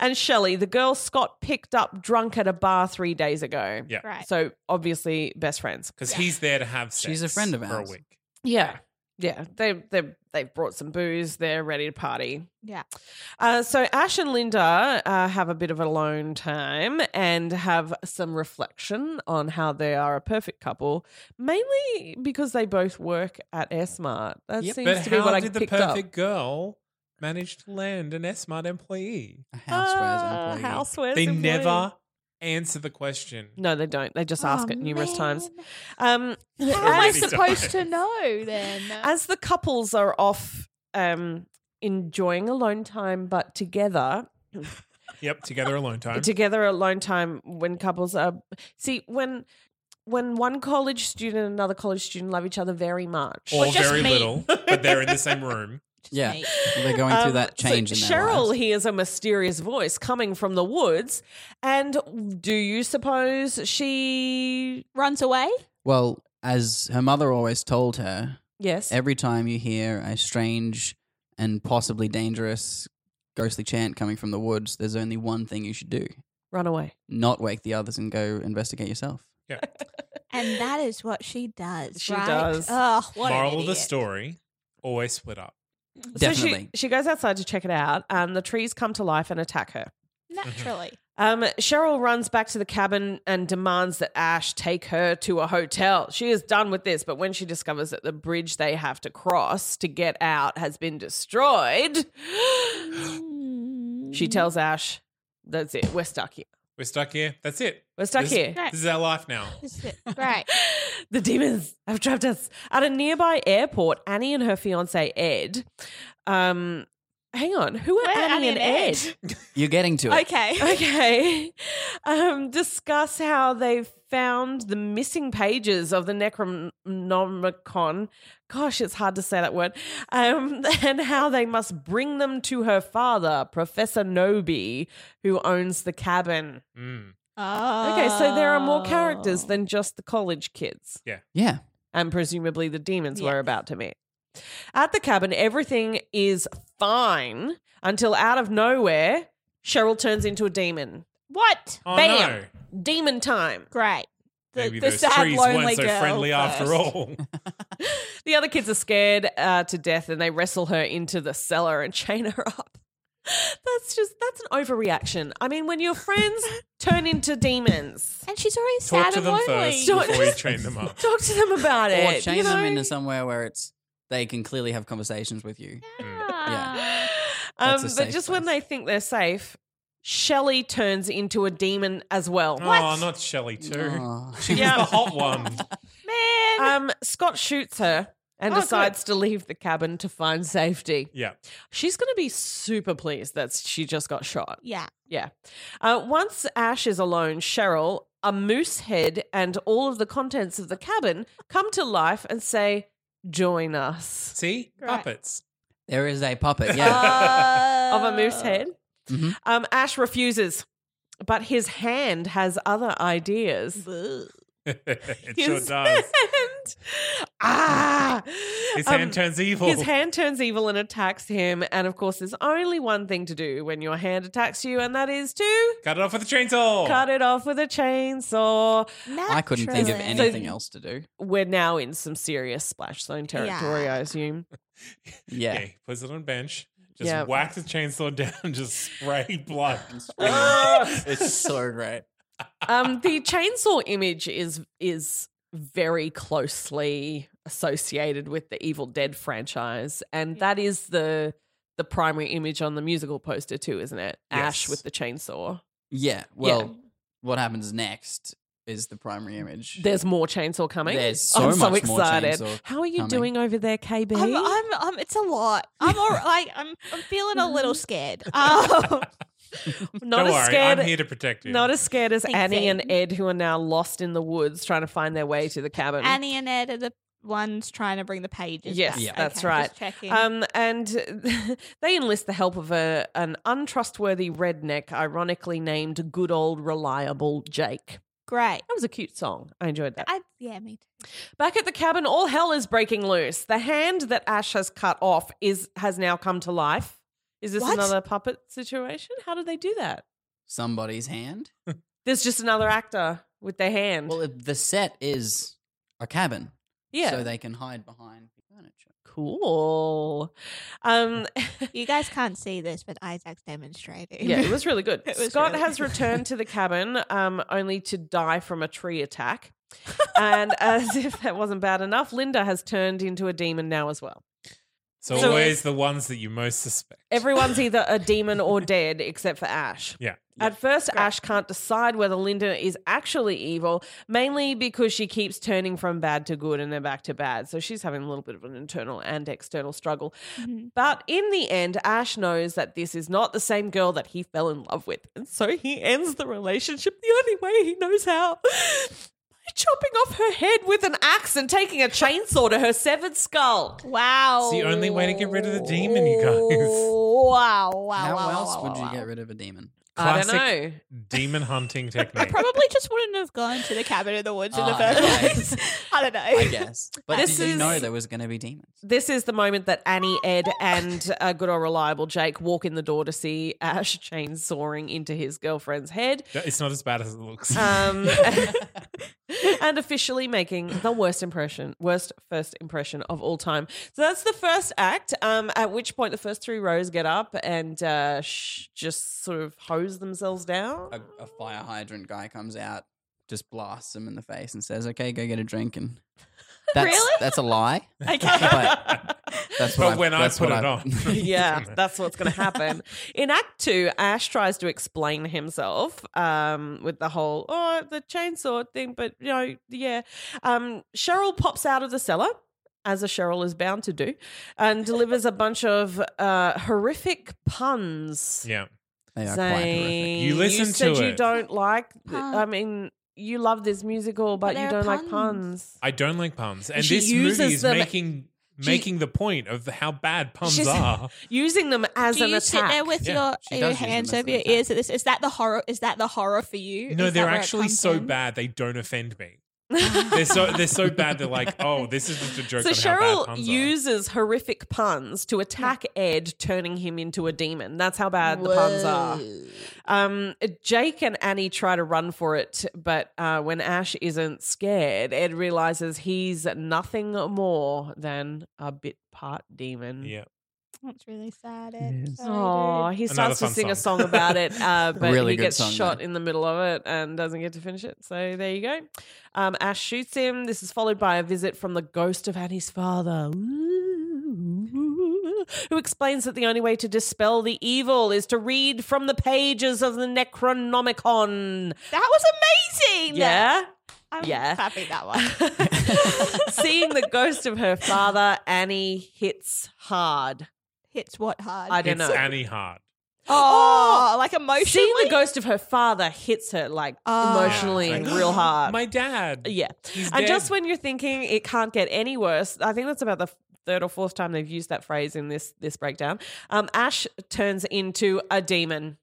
and Shelley, the girl Scott picked up drunk at a bar three days ago.
Yeah.
right.
So obviously best friends.
Because
Yeah.
he's there to have sex.
She's a friend of
For a
ours.
week.
Yeah. Yeah. They they they've brought some booze. They're ready to party.
Yeah.
Uh, so Ash and Linda uh, have a bit of alone time and have some reflection on how they are a perfect couple, mainly because they both work at Smart. That
Yep.
seems
But
to be
how
what I
did the
picked
perfect
up.
girl manage to land an S smart employee?
A housewares
Ah,
employee.
housewares
they
employee.
never answer the question.
No, they don't. They just ask
Oh,
it numerous times.
man.
Um,
How am I
Really
supposed to
times.
know then?
as the couples are off um, enjoying alone time, but together,
Yep, together alone time.
together alone time when couples are see when when one college student and another college student love each other very much.
or
Or just
very
me.
little, but they're in the same room.
Just
Yeah.
me.
They're going through
Um,
that
so
change in their
Cheryl
lives.
hears a mysterious voice coming from the woods, and do you suppose she?
runs away.
Well, as her mother always told her,
Yes.
every time you hear a strange and possibly dangerous ghostly chant coming from the woods, there's only one thing you should do:
Run away.
not wake the others and go investigate yourself.
And that is what she does.
She
right?
does.
Oh, what an
Moral of the
idiot.
story: always split up.
So she,
Definitely.
she goes outside to check it out, and the trees come to life and attack her.
Naturally.
Um, Cheryl runs back to the cabin and demands that Ash take her to a hotel. She is done with this, but when she discovers that the bridge they have to cross to get out has been destroyed, she tells Ash, That's it, we're stuck here.
We're stuck here. That's it.
We're stuck
This-
here.
Right.
This is our life now.
That's it. Right.
The demons have trapped us. At a nearby airport, Annie and her fiance Ed. Um, hang on, who are
We're
Annie, and Ed?
You're getting to it.
Okay.
Okay. Um, discuss how they found the missing pages of the Necronomicon. Gosh, it's hard to say that word. Um, and how they must bring them to her father, Professor Nobi, who owns the cabin.
Mm.
Okay, so there are more characters than just the college kids
Yeah.
and presumably the demons
Yes.
we're about to meet. At the cabin, everything is fine until out of nowhere, Cheryl turns into a demon
What?
Oh
Bam.
no!
Demon time.
Great. The,
Maybe
the
those
sad,
trees
lonely
weren't so
girl
friendly after
first.
all.
The other kids are scared uh, to death and they wrestle her into the cellar and chain her up. That's just, that's an overreaction. I mean, when your friends turn into demons,
And she's already
Talk
sad
to
and
them
lonely.
first
Don't-
before you train them up.
talk to them about
or
it.
chain
you
them
know?
into somewhere where it's they can clearly have conversations with you. Yeah.
Um,
That's a
but
safe
just when
place.
they think they're safe, Shelly turns into a demon as well.
Oh, not Shelly too.
Oh.
She was the hot one.
Man.
Um, Scott shoots her and
Oh,
decides to leave the cabin to find safety.
Yeah.
She's going to be super pleased that she just got shot.
yeah.
Yeah. Uh, once Ash is alone, Cheryl, a moose head, and all of the contents of the cabin come to life and say, Join us.
See?
Great.
Puppets.
There is a puppet.
Oh,
Yeah.
Of
Uh.
a moose head.
Mm-hmm.
Mhm.
Um, Ash refuses, but his hand has other ideas.
Boo.
it sure
His hand.
does.
Ah.
His
Um,
hand turns evil.
His hand turns evil and attacks him. And of course, there's only one thing to do when your hand attacks you, and that is to
Cut it off with a chainsaw.
cut it off with a chainsaw.
I couldn't think of
Naturally.
anything else to do.
We're now in some serious splash zone territory, I assume.
Yeah.
Okay, puts it on bench. Just
Yeah.
whack the chainsaw down and just spray blood.
it's so great.
Um, the chainsaw image is is very closely associated with the Evil Dead franchise, and that is the the primary image on the musical poster too, isn't it? Ash
Yes.
with the chainsaw.
Yeah. Well, what happens next is the primary image.
There's more chainsaw coming. Oh,
There's so
I'm so
much more
excited.
chainsaw
How are you
coming.
doing over there, KB?
I'm, I'm, I'm, it's a lot. I'm all right. I'm, I'm feeling a little scared. Um,
not
Don't
as
worry,
scared.
I'm here to protect you.
not as scared as
Thanks,
Annie and Ed,
Ed.
who are now lost in the woods trying to find their way to the cabin.
Annie and Ed are the ones trying to bring the pages.
Yes,
back.
Yeah.
that's
Okay,
right.
Just checking.
Um, and they enlist the help of a an untrustworthy redneck, ironically named Good Old Reliable Jake.
Great.
That was a cute song. I enjoyed that.
I, yeah, me too.
Back at the cabin, all hell is breaking loose. The hand that Ash has cut off is has now come to life. Is this
What?
another puppet situation? How did they do that?
Somebody's hand.
There's just another actor with their hand.
Well, it- the set is a cabin.
yeah.
So they can hide behind the furniture.
cool. Um,
You guys can't see this, but Isaac's demonstrating.
yeah, it was really good.
It was
Scott
really
has
good.
returned to the cabin um, only to die from a tree attack. and as if that wasn't bad enough, Linda has turned into a demon now as well.
It's always
So-
the ones that you most suspect.
Everyone's either a demon or dead except for Ash.
Yeah.
At first, Ash can't decide whether Linda is actually evil, mainly because she keeps turning from bad to good and then back to bad. So she's having a little bit of an internal and external struggle.
Mhm.
But in the end, Ash knows that this is not the same girl that he fell in love with. And so he ends the relationship the only way he knows how. By chopping off her head with an axe and taking a chainsaw to her severed skull.
Wow.
It's the only way to get rid of the demon, you guys.
Wow. Wow.
How
wow,
else
wow,
would
wow,
you
wow.
get rid of a demon?
I
Classic
don't know.
demon hunting
I
technique.
probably just wouldn't have gone to the cabin in the woods in the
Ah,
first
okay.
place. I don't know.
I guess. But
This
did you know
is-
there was going to be demons?
This is the moment that Annie, Ed, and uh, good old reliable Jake walk in the door to see Ash chainsawing into his girlfriend's head.
it's not as bad as it looks.
Um, and officially making the worst impression, worst first impression of all time. So that's the first act. Um, at which point the first three rows get up and uh, sh- just sort of hose themselves down.
A, a fire hydrant guy comes out, just blasts him in the face and says, okay, go get a drink. And that's,
Really?
That's a lie.
Okay.
but That's what
But when I
that's
put
what
it
I-
on.
yeah, that's what's going to happen. In Act Two, Ash tries to explain himself um, with the whole oh the chainsaw thing, but you know, yeah. Um, Cheryl pops out of the cellar. As a Cheryl is bound to do, and delivers a bunch of uh, horrific puns.
yeah.
they are quite horrific.
saying,
You listen
you said
to
you
it."
don't like. th-
Pun.
I mean, you love this musical, but,
But
you
there are
don't like
puns.
puns.
I don't like puns. And
She
this
uses
movie is
them-
making
she-
making the point of how bad puns
She's-
are.
Using them as
Do
an
you
attack.
sit there with
Yeah,
she
your, your
does use them
hands
as
over
an
your
attack.
ears? Is, is that the horror? Is that the horror for you?
No,
Is that
they're
where it
actually
comes
so
in?
bad they don't offend me. They're so they're so bad. They're like, oh, this is just a joke.
So
on how bad
Cheryl
puns
uses horrific puns to attack Ed, turning him into a demon. That's how bad the puns are. Um, Jake and Annie try to run for it, but uh, when Ash isn't scared, Ed realizes he's nothing more than a bit part
are.
demon.
Yeah,
That's really sad.
It is.
Oh, he
Another
starts to
fun
sing a
song.
song about it, uh, but
Really
he
good
gets
song,
shot
though.
in the middle of it and doesn't get to finish it. So there you go. Um, Ash shoots him. This is followed by a visit from the ghost of Annie's father, who explains that the only way to dispel the evil is to read from the pages of the Necronomicon.
That was amazing.
Yeah.
I'm
Yeah.
happy that one.
Seeing the ghost of her father, Annie hits hard.
Hits what hard?
I don't
it's
know.
Annie Hart.
oh, like emotionally.
Seeing the ghost of her father hits her like
Oh.
emotionally
Yeah, like,
real hard.
My dad.
yeah.
He's
Ah. And just
dead.
when you're thinking it can't get any worse, I think that's about the third or fourth time they've used that phrase in this this breakdown. Um, Ash turns into a demon.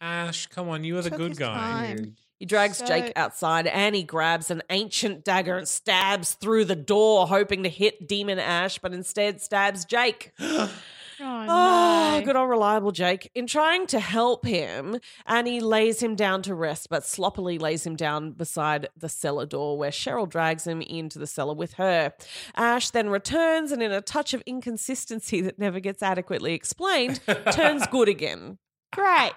Ash, come on, you are the
Took
good
his
guy.
time.
He drags
So-
Jake outside and he grabs an ancient dagger and stabs through the door, hoping to hit Demon Ash, but instead stabs Jake.
Oh,
Oh,
no.
good old reliable Jake. In trying to help him, Annie lays him down to rest, but sloppily lays him down beside the cellar door where Cheryl drags him into the cellar with her. Ash then returns and, in a touch of inconsistency that never gets adequately explained, turns good again.
Great.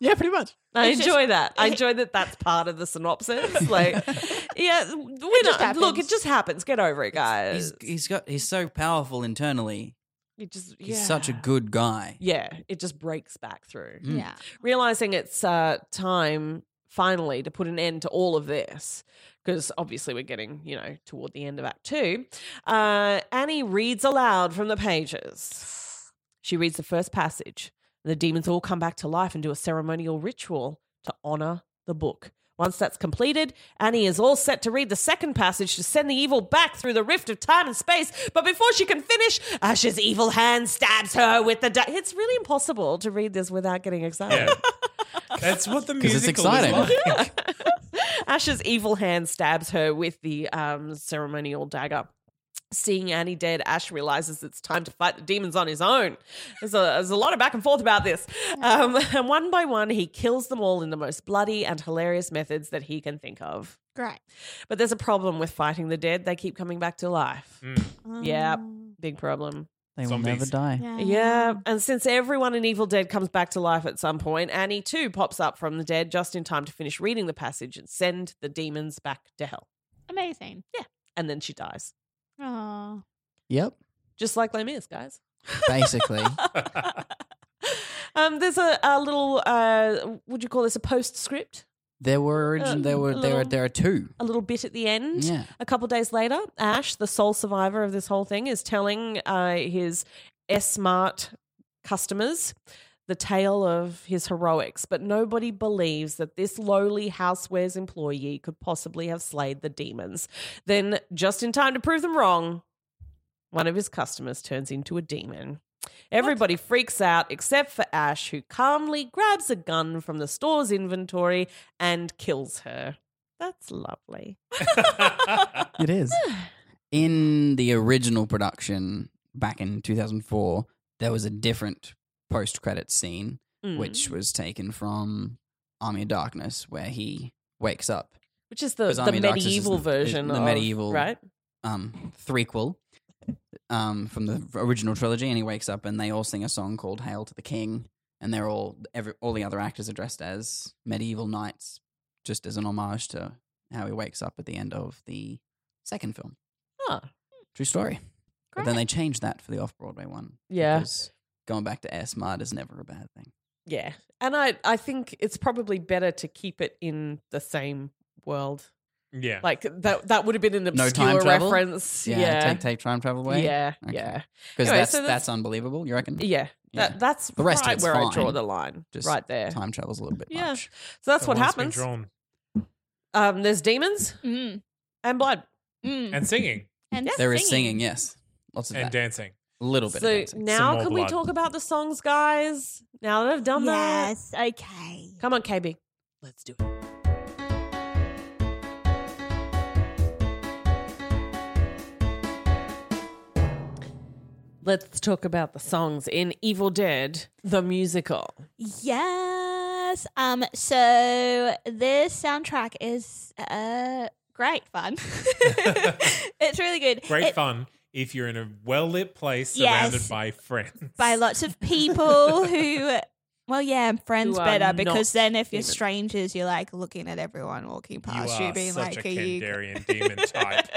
Yeah, pretty much.
I
It's just-
enjoy that. I enjoy that that's part of the synopsis. Like, yeah, we're
just
not, look, it
happens.
just happens. Get over it, guys.
He's, he's got he's so powerful internally.
You just,
He's
yeah.
such a good guy.
Yeah, it just breaks back through.
Mm.
Yeah.
realizing it's uh, time finally to put an end to all of this because obviously we're getting you know toward the end of act two uh, annie reads aloud from the pages she reads the first passage the demons all come back to life and do a ceremonial ritual to honor the book once that's completed annie is all set to read the second passage to send the evil back through the rift of time and space but before she can finish ash's evil hand stabs her with the da- it's really impossible to read this without getting excited
Yeah, that's what the
'Cause
musical
it's exciting.
is like.
Ash's evil hand stabs her with the um, ceremonial dagger. Seeing Annie dead, Ash realizes it's time to fight the demons on his own. There's a, there's a lot of back and forth about this. Um, and one by one, he kills them all in the most bloody and hilarious methods that he can think of.
Great.
But there's a problem with fighting the dead. They keep coming back to life.
Mm.
Yeah.
Um,
Big problem.
They will
Zombies.
never die.
Yeah, and since everyone in Evil Dead comes back to life at some point, Annie too pops up from the dead just in time to finish reading the passage and send the demons back to hell.
Amazing.
And then she dies.
Oh.
Yep.
Just like Les Mis, guys.
Basically.
um, there's a, a little, uh, would you call this a postscript?
There were
Uh,
origin, there were there are there are two.
A little bit at the end.
Yeah.
A couple days later, Ash, the sole survivor of this whole thing, is telling uh, his S-Mart customers the tale of his heroics, but nobody believes that this lowly housewares employee could possibly have slayed the demons. Then, just in time to prove them wrong, one of his customers turns into a demon. Everybody freaks out except for Ash, who calmly grabs a gun from the store's inventory and kills her. That's lovely.
It is. In the original production back in 2004, there was a different post credit scene,
Mm.
which was taken from Army of Darkness, where he wakes up,
which is the,
Because
the
Army of Darkness is
medieval
the-
version
the
of-
medieval-
right
um, threequel um, from the original trilogy, and he wakes up and they all sing a song called Hail to the King, and they're all, every, all the other actors are dressed as medieval knights, just as an homage to how he wakes up at the end of the second film.
Huh.
True story. But then they changed that for the off Broadway one.
Yeah.
Because going back to S Mart is never a bad thing.
yeah and i i think it's probably better to keep it in the same world
yeah.
like that that would have been an
No
obscure
time travel?
reference
Yeah.
yeah
Take, take time travel away.
yeah
Okay.
yeah
Because
Anyway,
that's,
so that's-
that's unbelievable, you reckon?
yeah
Yeah.
that that's
The rest of
right
it's
where i draw
fine.
the line
Just
right there so
Time travel's a little bit
Yeah.
much.
that's
The
what
lines been
happens
drawn.
um there's demons
Mm.
and blood
Mm.
And singing
And
There is singing, yes. Lots of
and
that.
dancing.
a little bit of
so
dancing.
Some
now
more
can we
blood.
talk about the songs guys now that i've done that
Yes. Okay.
come on kb let's do it Let's talk about the songs in Evil Dead, the musical.
Yes. Um. So this soundtrack is uh great fun. it's really good.
Great
It-
fun if you're in a well lit place
Yes.
surrounded by friends.
by lots of people who. Well, yeah, friends
Who are
better
not
because then if you're
human.
strangers, you're like looking at everyone walking
you
past you,
are
being
such
like,
a
"Are you
Kandarian demon type.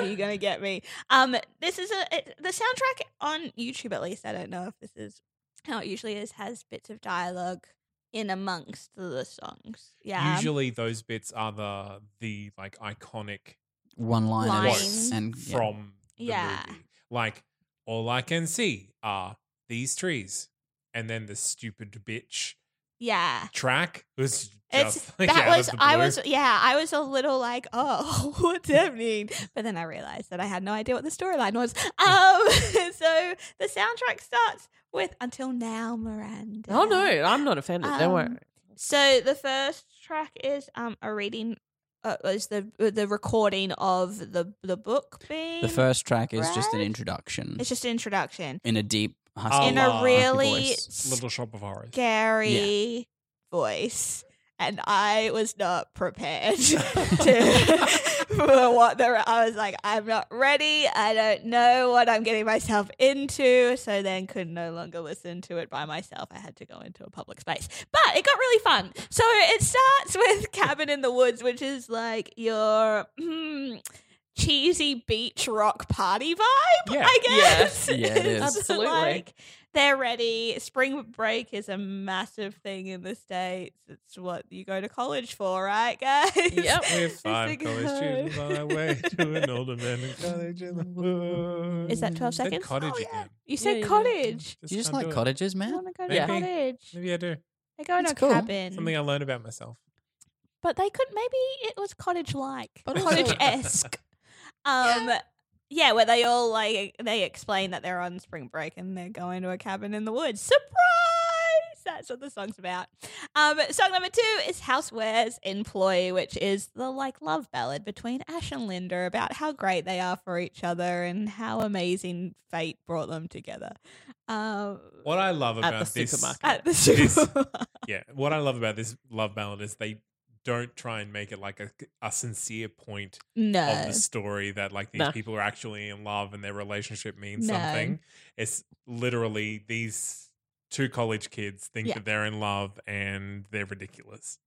Are you gonna get me? Um, this is a it, the soundtrack on YouTube at least. I don't know if this is how it usually is. Has bits of dialogue in amongst the songs. Yeah, um,
Usually those bits are the the like iconic
One line and-
Lines.
and yeah.
from the
Yeah.
movie. Like, all I can see are these trees. And then the stupid bitch
yeah.
track was
It's
just like
that
out
was
of the
I
blue.
was yeah I was a little like oh what's happening but then I realized that I had no idea what the storyline was um so the soundtrack starts with until now Miranda
Oh no, I'm not offended. Don't worry.
Um, so the first track is um a reading uh, is the the recording of the the book being
The first track is just an
Right?
introduction.
it's just an introduction
in a deep husky
Oh,
in
uh,
a
People
really
voice.
Little Shop of Horrors.
scary voice. And I was not prepared to, for what the. I was like, I'm not ready. I don't know what I'm getting myself into. So then could no longer listen to it by myself. I had to go into a public space. But it got really fun. So it starts with Cabin in the Woods, which is like your mm, cheesy beach rock party vibe,
Yeah.
I
Yeah.
guess.
Yeah, it is.
It's
Absolutely.
Like, they're ready. Spring break is a massive thing in the States. It's what you go to college for, right, guys?
Yep.
With
the
five college
guy.
students on our way to an older man in college in the woods.
Is that 12
Said
seconds?
cottage
Oh, yeah.
again.
You said
Yeah, yeah.
cottage.
Do you just
can't
like
do it.
cottages,
I
man?
want to go to
Maybe.
cottage.
Maybe I do.
They go in
That's
a
cool.
cabin.
Something I learned about myself.
but they could maybe it was cottage like
But also-
cottage esque um yeah where they all like they explain that they're on spring break and they're going to a cabin in the woods surprise that's what the song's about um song number two is housewares employee which is the like love ballad between ash and linda about how great they are for each other and how amazing fate brought them together um
What I love
At
about
the
this,
supermarket.
at the
is-
supermarket.
yeah, what I love about this love ballad is they don't try and make it like a, a sincere point of
no
the story that like these
No.
people are actually in love and their relationship means
No.
something. It's literally these two college kids think
Yeah.
that they're in love and they're ridiculous.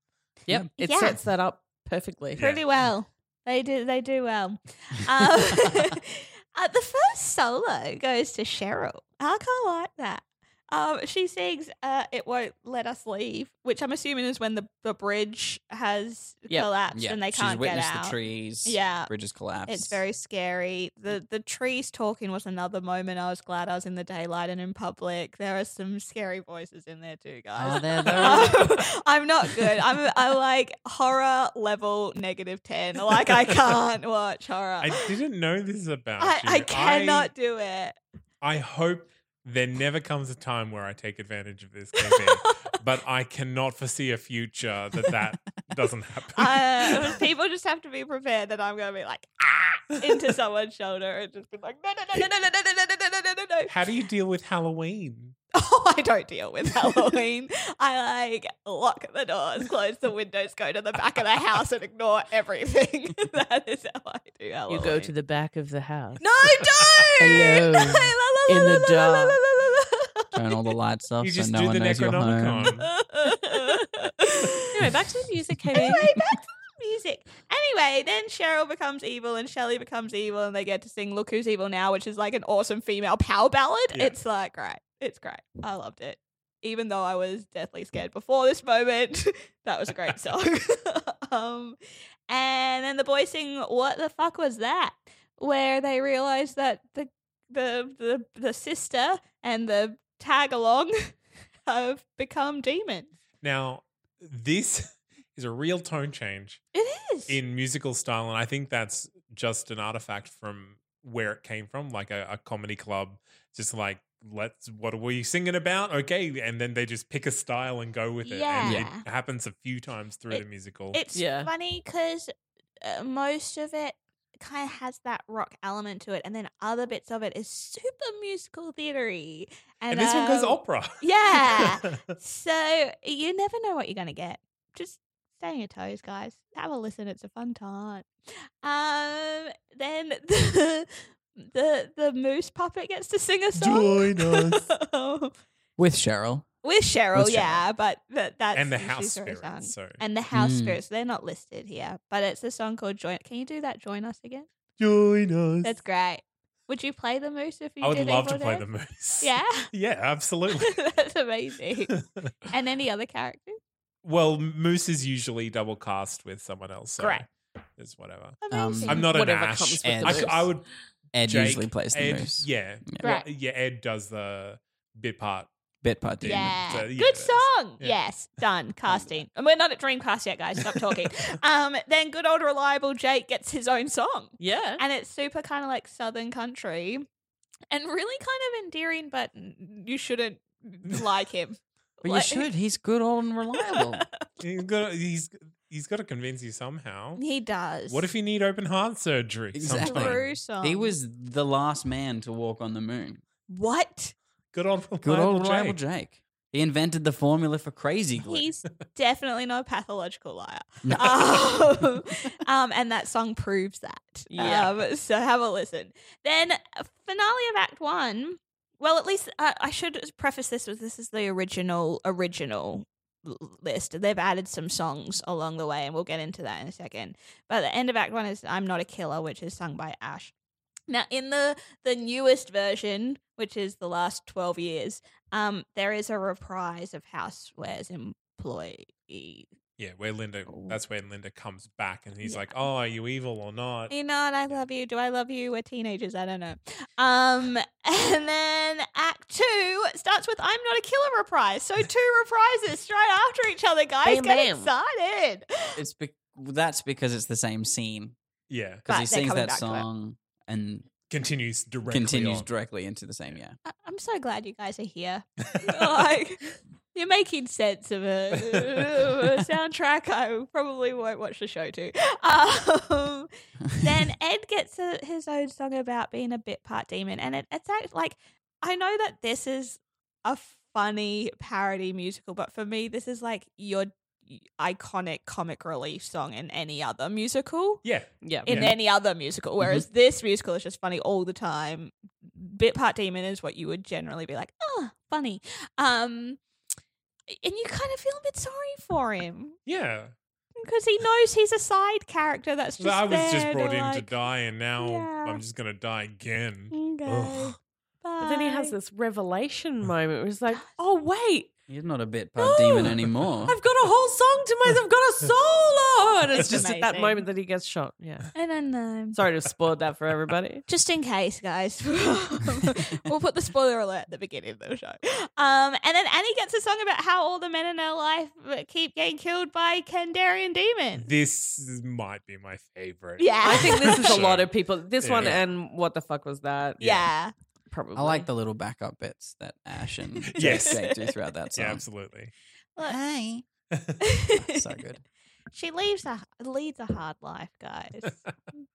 Yep, it
Yeah.
sets that up perfectly.
Yeah.
pretty well. They do. They do well. Um, uh, the first solo goes to Cheryl. I kind of like that. Um, she sings uh, "It Won't Let Us Leave," which I'm assuming is when the, the bridge has
Yep.
collapsed and they
She's
can't get
witnessed
out.
the trees.
Yeah.
Bridges collapse.
It's very scary. The the trees talking was another moment. I was glad I was in the daylight and in public. There are some scary voices in there too, guys.
Oh, there
I'm not good. I'm I like horror level negative ten. Like I can't watch horror.
I didn't know this about
I,
you.
I cannot do it.
I hope there never comes a time where I take advantage of this campaign, but I cannot foresee a future that that doesn't happen.
Uh, people just have to be prepared that I'm gonna be like ah into someone's shoulder and just be like no no no no no no no no no no no no no.
How do you deal with Halloween?
Oh, I don't deal with Halloween. I like lock the doors, close the windows, go to the back of the house, and ignore everything. that is how I do Halloween.
Um, You go to the back of the house.
no, don't
Alone,
La, la, la,
in the
la, la, la,
dark.
la, la,
Turn all the lights off
you
so
just
no
do
one
the
knows you're home.
Necronomicon.
la, la.
Anyway, back to the music, Katie.
anyway, back to the music. Anyway, then Cheryl becomes evil and Shelley becomes evil, and they get to sing "Look Who's Evil Now," which is like an awesome female power ballad.
Yeah.
It's like great. It's great. I loved it, even though I was deathly scared before this moment. that was a great song. um, and then the boys sing "What the fuck was that?" where they realize that the the the, the sister and the tag along have become demons.
Now, this is a real tone change
It is.
in musical style, and I think that's just an artifact from where it came from, like a, a comedy club, just like let's what are we singing about? Okay, and then they just pick a style and go with it. And
Yeah.
it happens a few times through
It-
the musical.
It's
Yeah.
funny because uh, most of it kind of has that rock element to it, and then other bits of it is super musical theatery.
And, this one goes
um,
opera.
yeah. So you never know what you're gonna get. Just stay on your toes, guys. Have a listen; it's a fun time. Um, then the the, the moose puppet gets to sing a song.
Join us.
with Cheryl.
with Cheryl,
Cheryl.
yeah, but that, that's
and the
she's
house
already done.
spirits. So
And the house
Mm.
spirits, they're not listed here, but it's a song called Join. Can you do that? Join us again.
join us.
That's great. Would you play the moose if you
I would
did
love to
Evil
play
Dead?
the moose.
Yeah,
Yeah, absolutely.
that's amazing. and any other characters?
well, moose is usually double cast with someone else. So
Correct.
It's whatever.
Amazing.
I'm not
Whatever
an ash.
comes with
the
I, c- I
moose.
would.
Ed
Jake,
usually plays the
Ed,
moose.
Yeah.
Yeah.
Well,
Right.
yeah. Ed does the bit part.
Bit part dude.
Yeah.
So, yeah,
Good
that's-
song.
yeah.
Yes. Done. Casting. And we're not at Dreamcast yet, guys. Stop talking. um, then good old reliable Jake gets his own song.
Yeah.
And it's super kind of like Southern country and really kind of endearing, but you shouldn't like him.
But you
Like-
should. He's good, old, and reliable.
He's got. He's he's got to convince you somehow.
He does.
What if you need open heart surgery?
Exactly.
sometime?
True song.
he was the last man to walk on the moon.
What?
Good old
Good
reliable
old reliable
Jake.
Jake. He invented the formula for crazy glue.
He's definitely not a pathological liar.
No.
um, um, and that song proves that.
Yeah.
Um, so have a listen. Then uh, finale of Act One. Well, at least uh, I should preface this with this is the original original l- list. They've added some songs along the way, and we'll get into that in a second. But the end of Act One is "I'm Not a Killer," which is sung by Ash. Now, in the the newest version, which is the last twelve years, um, there is a reprise of Housewares employee
Yeah, where Linda.
Oh.
That's when Linda comes back and he's
Yeah.
like, "Oh, are you evil or not?"
You know, and I love you. Do I love you? We're teenagers. I don't know. Um, and then Act Two starts with "I'm Not a Killer" reprise. So two reprises straight after each other, guys.
Bam,
Get
bam.
excited.
it's be- that's because it's the same scene
Yeah,
But
because he
they're
sings
coming
that
back to it.
song and
continues directly.
continues
on.
directly into the same. Yeah,
I- I'm so glad you guys are here. like, you're making sense of a, a soundtrack. I probably won't watch the show too. Um, then Ed gets a, his own song about being a bit part demon, and it, it's act, like I know that this is a funny parody musical, but for me, this is like your iconic comic relief song in any other musical.
Yeah,
Yeah.
In
Yeah. Mm-hmm.
any other musical, whereas this musical is just funny all the time. Bit part demon is what you would generally be like, oh, funny. Um, and you kind of feel a bit sorry for him
yeah.
because he knows he's a side character that's just
So I was just
there
brought
to,
in to
like,
die, and now
Yeah.
I'm just gonna die again.
Okay.
Ugh.
But then he has
bye.
this revelation moment where he's like, oh, wait,
he's not a bit part demon
No.
anymore.
I've got a whole song to myself. I've got a solo. And it's
That's
just at that
amazing.
moment that he gets shot. Yeah.
I don't know.
Sorry to have spoiled that for everybody.
Just in case, guys, we'll put the spoiler alert at the beginning of the show. Um, and then Annie gets a song about how all the men in her life uh, keep getting killed by Kandarian demons.
This is- might be my favorite.
Yeah.
I think this is a
So,
lot of people. This one
Yeah.
and what the fuck was that?
Yeah.
Probably.
I like the little backup bits that Ash and
Yes.
Jake do throughout that
Yeah,
song.
absolutely.
Hi. so good.
She leaves a leads a hard life, guys.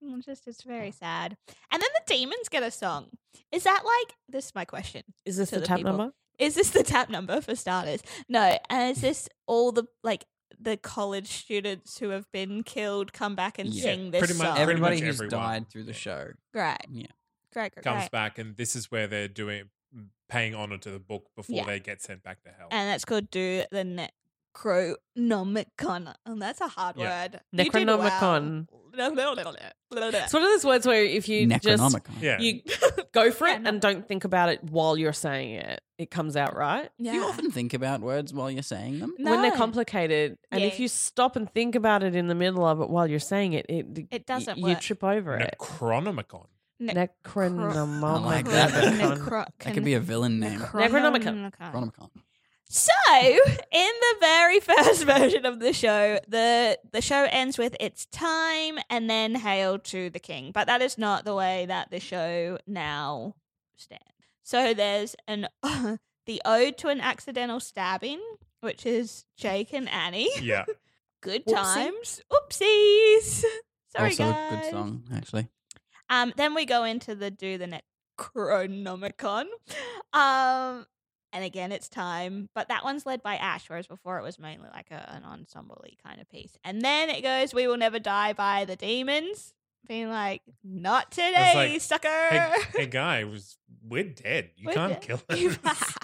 Mm, just it's very sad. And then the demons get a song. Is that like this is my question.
Is this
to
the
the
tap
people.
number?
Is this the tap number for starters? No. And is this all the like the college students who have been killed come back and
Yeah,
sing this
pretty much
song?
every-
Everybody
much
who's
everyone.
died through the
Yeah.
show.
great.
Yeah.
Great, great,
Comes
great.
back, and this is where they're doing mm, paying honor to the book before
Yeah.
they get sent back to hell.
And that's called do the necronomicon. And that's a hard
Yeah.
word. You did well.
Necronomicon. It's
That's
one of those words where if you just
Necronomicon.
yeah,
you go for
Yeah,
it
no.
and don't think about it while you're saying it, it comes out right.
Yeah.
Do you often think about words while you're saying them?
No.
When they're complicated, and if
Yeah.
you stop and think about it in the middle of it while you're saying it, it y-
doesn't
You
work.
trip over it.
Necronomicon.
Nec-
Necronomicon.
I like that.
Necro-
That could be a villain name.
Necronomicon.
Necronomicon.
Necronomicon.
So, in the very first version of the show, the the show ends with "It's time" and then "Hail to the King." But that is not the way that the show now stands. So there's an the ode to an accidental stabbing, which is Jake and Annie.
Yeah,
Good
Oopsie.
times, oopsies. Sorry,
also
guys.
a good song, actually.
Um, then we go into the do the Necronomicon. Um, and again, it's time, but that one's led by Ash, whereas before it was mainly like a, an ensemble kind of piece. And then it goes, "We will never die" by the demons, being like, "Not today,
like,
sucker."
Hey, hey guy, it was, we're dead. You
We're
can't
dead.
kill us.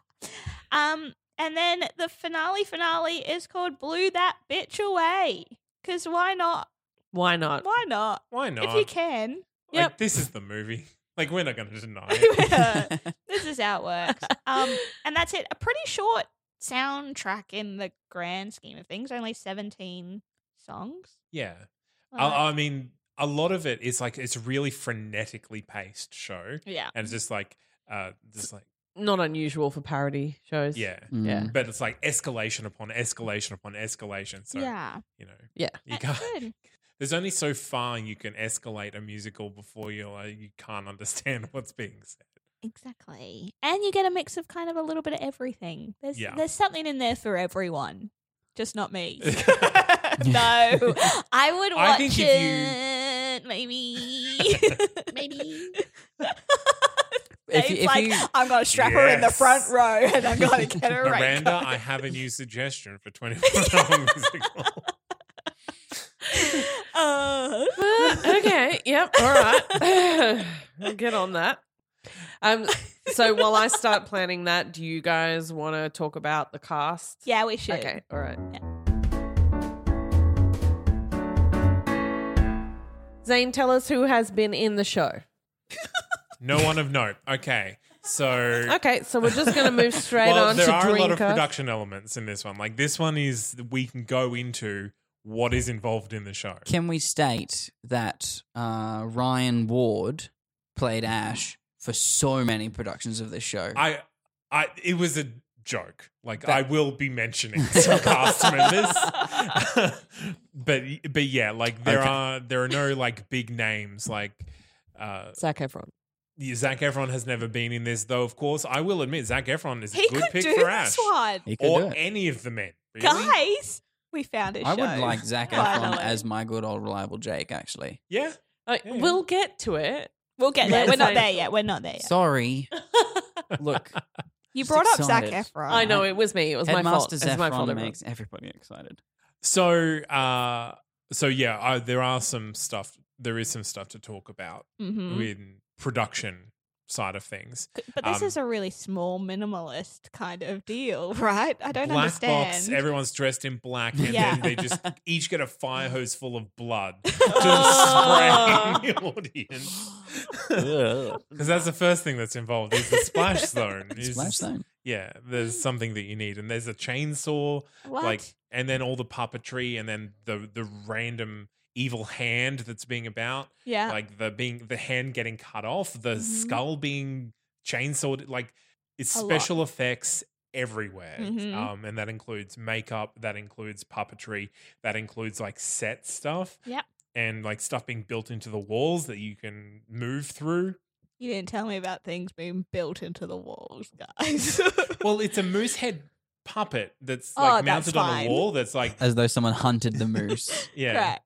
um, and then the finale finale is called "Blew That Bitch Away" because why not?
Why not?
Why not?
Why not?
If you can,
Like,
Yep.
this is the movie. Like, we're not going to deny it.
this is how it works. Um, and that's it. A pretty short soundtrack in the grand scheme of things. Only seventeen songs. Uh,
yeah.
Like,
I, I mean, a lot of it is like, it's really frenetically paced show.
yeah.
And it's just like, uh, just like,
Not unusual for parody shows.
yeah.
Hmm.
Yeah.
But it's like escalation upon escalation upon escalation. So,
yeah.
you know,
Yeah.
you
That's
can't,
good.
there's only so far you can escalate a musical before you're like, you can't understand what's being said.
Exactly. And you get a mix of kind of a little bit of everything. There's
Yeah.
there's something in there for everyone. Just not me. no. I would watch
I think if you-
it maybe. maybe.
If you-
Dave's
if
like,
you-
I'm gonna strap her in the
Yes.
front row and I'm gonna get her right.
Miranda, I have a new suggestion for 24 hour musical.
Uh,
okay. Yep. All right. we'll get on that. Um. So while I start planning that, do you guys want to talk about the cast?
Yeah, we should.
Okay. All right. Zane, tell us who has been in the show.
No one of note. Okay. So
Okay, so we're just going to move straight
well,
on
there
to
are a lot of
Drinker.
production elements in this one. Like this one is we can go into what is involved in the show.
Can we state that uh, Ryan Ward played Ash for so many productions of this show?
I I it was a joke. Like
That-
I will be mentioning some cast members. but but yeah, like there
Okay.
are there are no like big names like uh
Zac Efron.
Zach Efron has never been in this though, of course. I will admit Zach Efron is a
He
good
could
pick
do
for
this
Ash.
one.
he could do
Or
it.
any of the men. Really?
Guys, we found a
I
show.
would like Zach
Finally.
Efron as my good old reliable Jake. Actually,
Yeah.
Uh,
Yeah.
We'll get to it.
We'll get there.
Let's
We're not
say-
there yet. We're not there yet.
sorry. Look,
you
just
brought up Zach
excited.
Efron.
I know it was me. It was my fault.
Headmaster
It's my fault.
Zefron
everyone.
makes everybody excited.
So, uh, so yeah, uh, there are some stuff. There is some stuff to talk about
Mhm.
in production side of things.
C- But this
Um,
is a really small minimalist kind of deal, right? I don't
black
understand.
box. Everyone's dressed in black, and
Yeah.
then they just each get a fire hose full of blood to
Oh.
spray the audience. Because that's the first thing that's involved is the splash zone. Is-
Splash zone.
Yeah, there's something that you need, and there's a chainsaw,
what?
like, and then all the puppetry, and then the the random evil hand that's being about.
yeah.
like the being the hand getting cut off, the
Mhm.
skull being chainsawed, like it's
A lot.
special effects everywhere.
Mhm.
Um, and that includes makeup, that includes puppetry, that includes like set stuff.
Yep.
And like stuff being built into the walls that you can move through.
you didn't tell me about things being built into the walls, guys.
Well, it's a moose head puppet that's
Oh,
like
that's
mounted on
fine.
a wall that's like
As though someone hunted the moose.
yeah.
Great.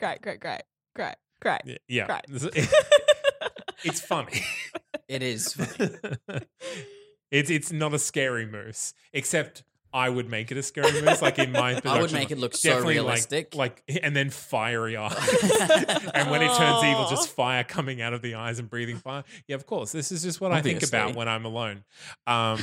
Great, great, great, great, great.
y- Yeah.
Right.
It's funny.
it is.
it's it's not a scary moose, except I would make it a scary moose. Like in my production,
I would make it look so
definitely like-
realistic.
Like, and then fiery eyes, and when it turns evil, just fire coming out of the eyes and breathing fire. Yeah, of course. This is just what I think about
Obviously.
when I'm alone. Um,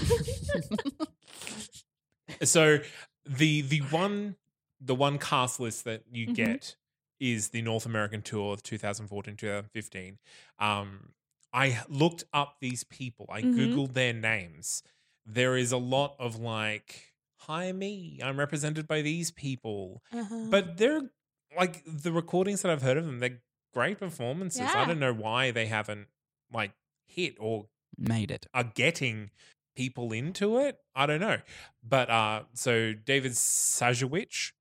so the the one the one cast list that you
Mhm.
get is the North American tour of 2014 2015. Um, I looked up these people. I
Mhm.
googled their names. There is a lot of like, "Hi me, I'm represented by these people,"
Uh-huh.
but they're like the recordings that I've heard of them. They're great performances. I
Yeah.
don't know why they haven't like hit or
Made it.
are getting people into it. I don't know. But uh so David Sajewicz,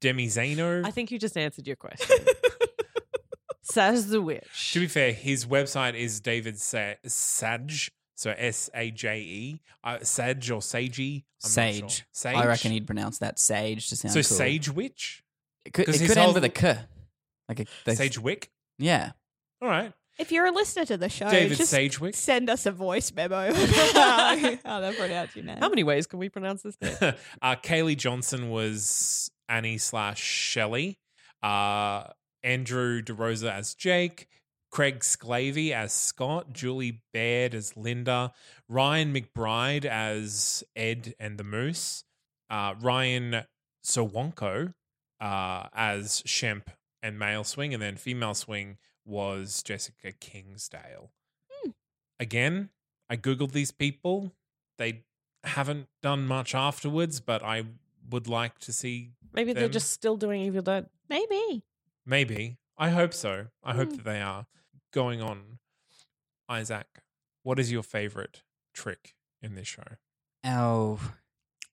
Demi Zeno.
I think you just answered your question. Saz the Witch.
to be fair, his website is David Sa- Saj. So S A J E. Uh, Saj or Sagey. I'm not sure.
Sage.
Sage.
I reckon he'd pronounce that sage to sound
So
cool.
Sage Witch?
It could,
'Cause
it
his
could end
whole-
with a k. Like a they-
Sage Wick?
Yeah.
I All right.
If you're a listener to the show,
David
just
Sagewick.
send us a voice memo. Oh, about how they pronounce your name.
How many ways can we pronounce this name?
uh, Kaylee Johnson was Annie slash Shelley. Uh, Andrew DeRosa as Jake. Craig Sclavey as Scott. Julie Baird as Linda. Ryan McBride as Ed and the Moose. Uh, Ryan Sawonko uh, as Shemp and Male Swing. And then Female Swing was Jessica Kingsdale.
Hmm.
Again, I Googled these people. They haven't done much afterwards, but I would like to see
Maybe they're
Them.
just still doing Evil Dead.
Maybe.
maybe. I hope so. I hope
Mm.
that they are going on. Isaac, what is your favorite trick in this show?
Oh,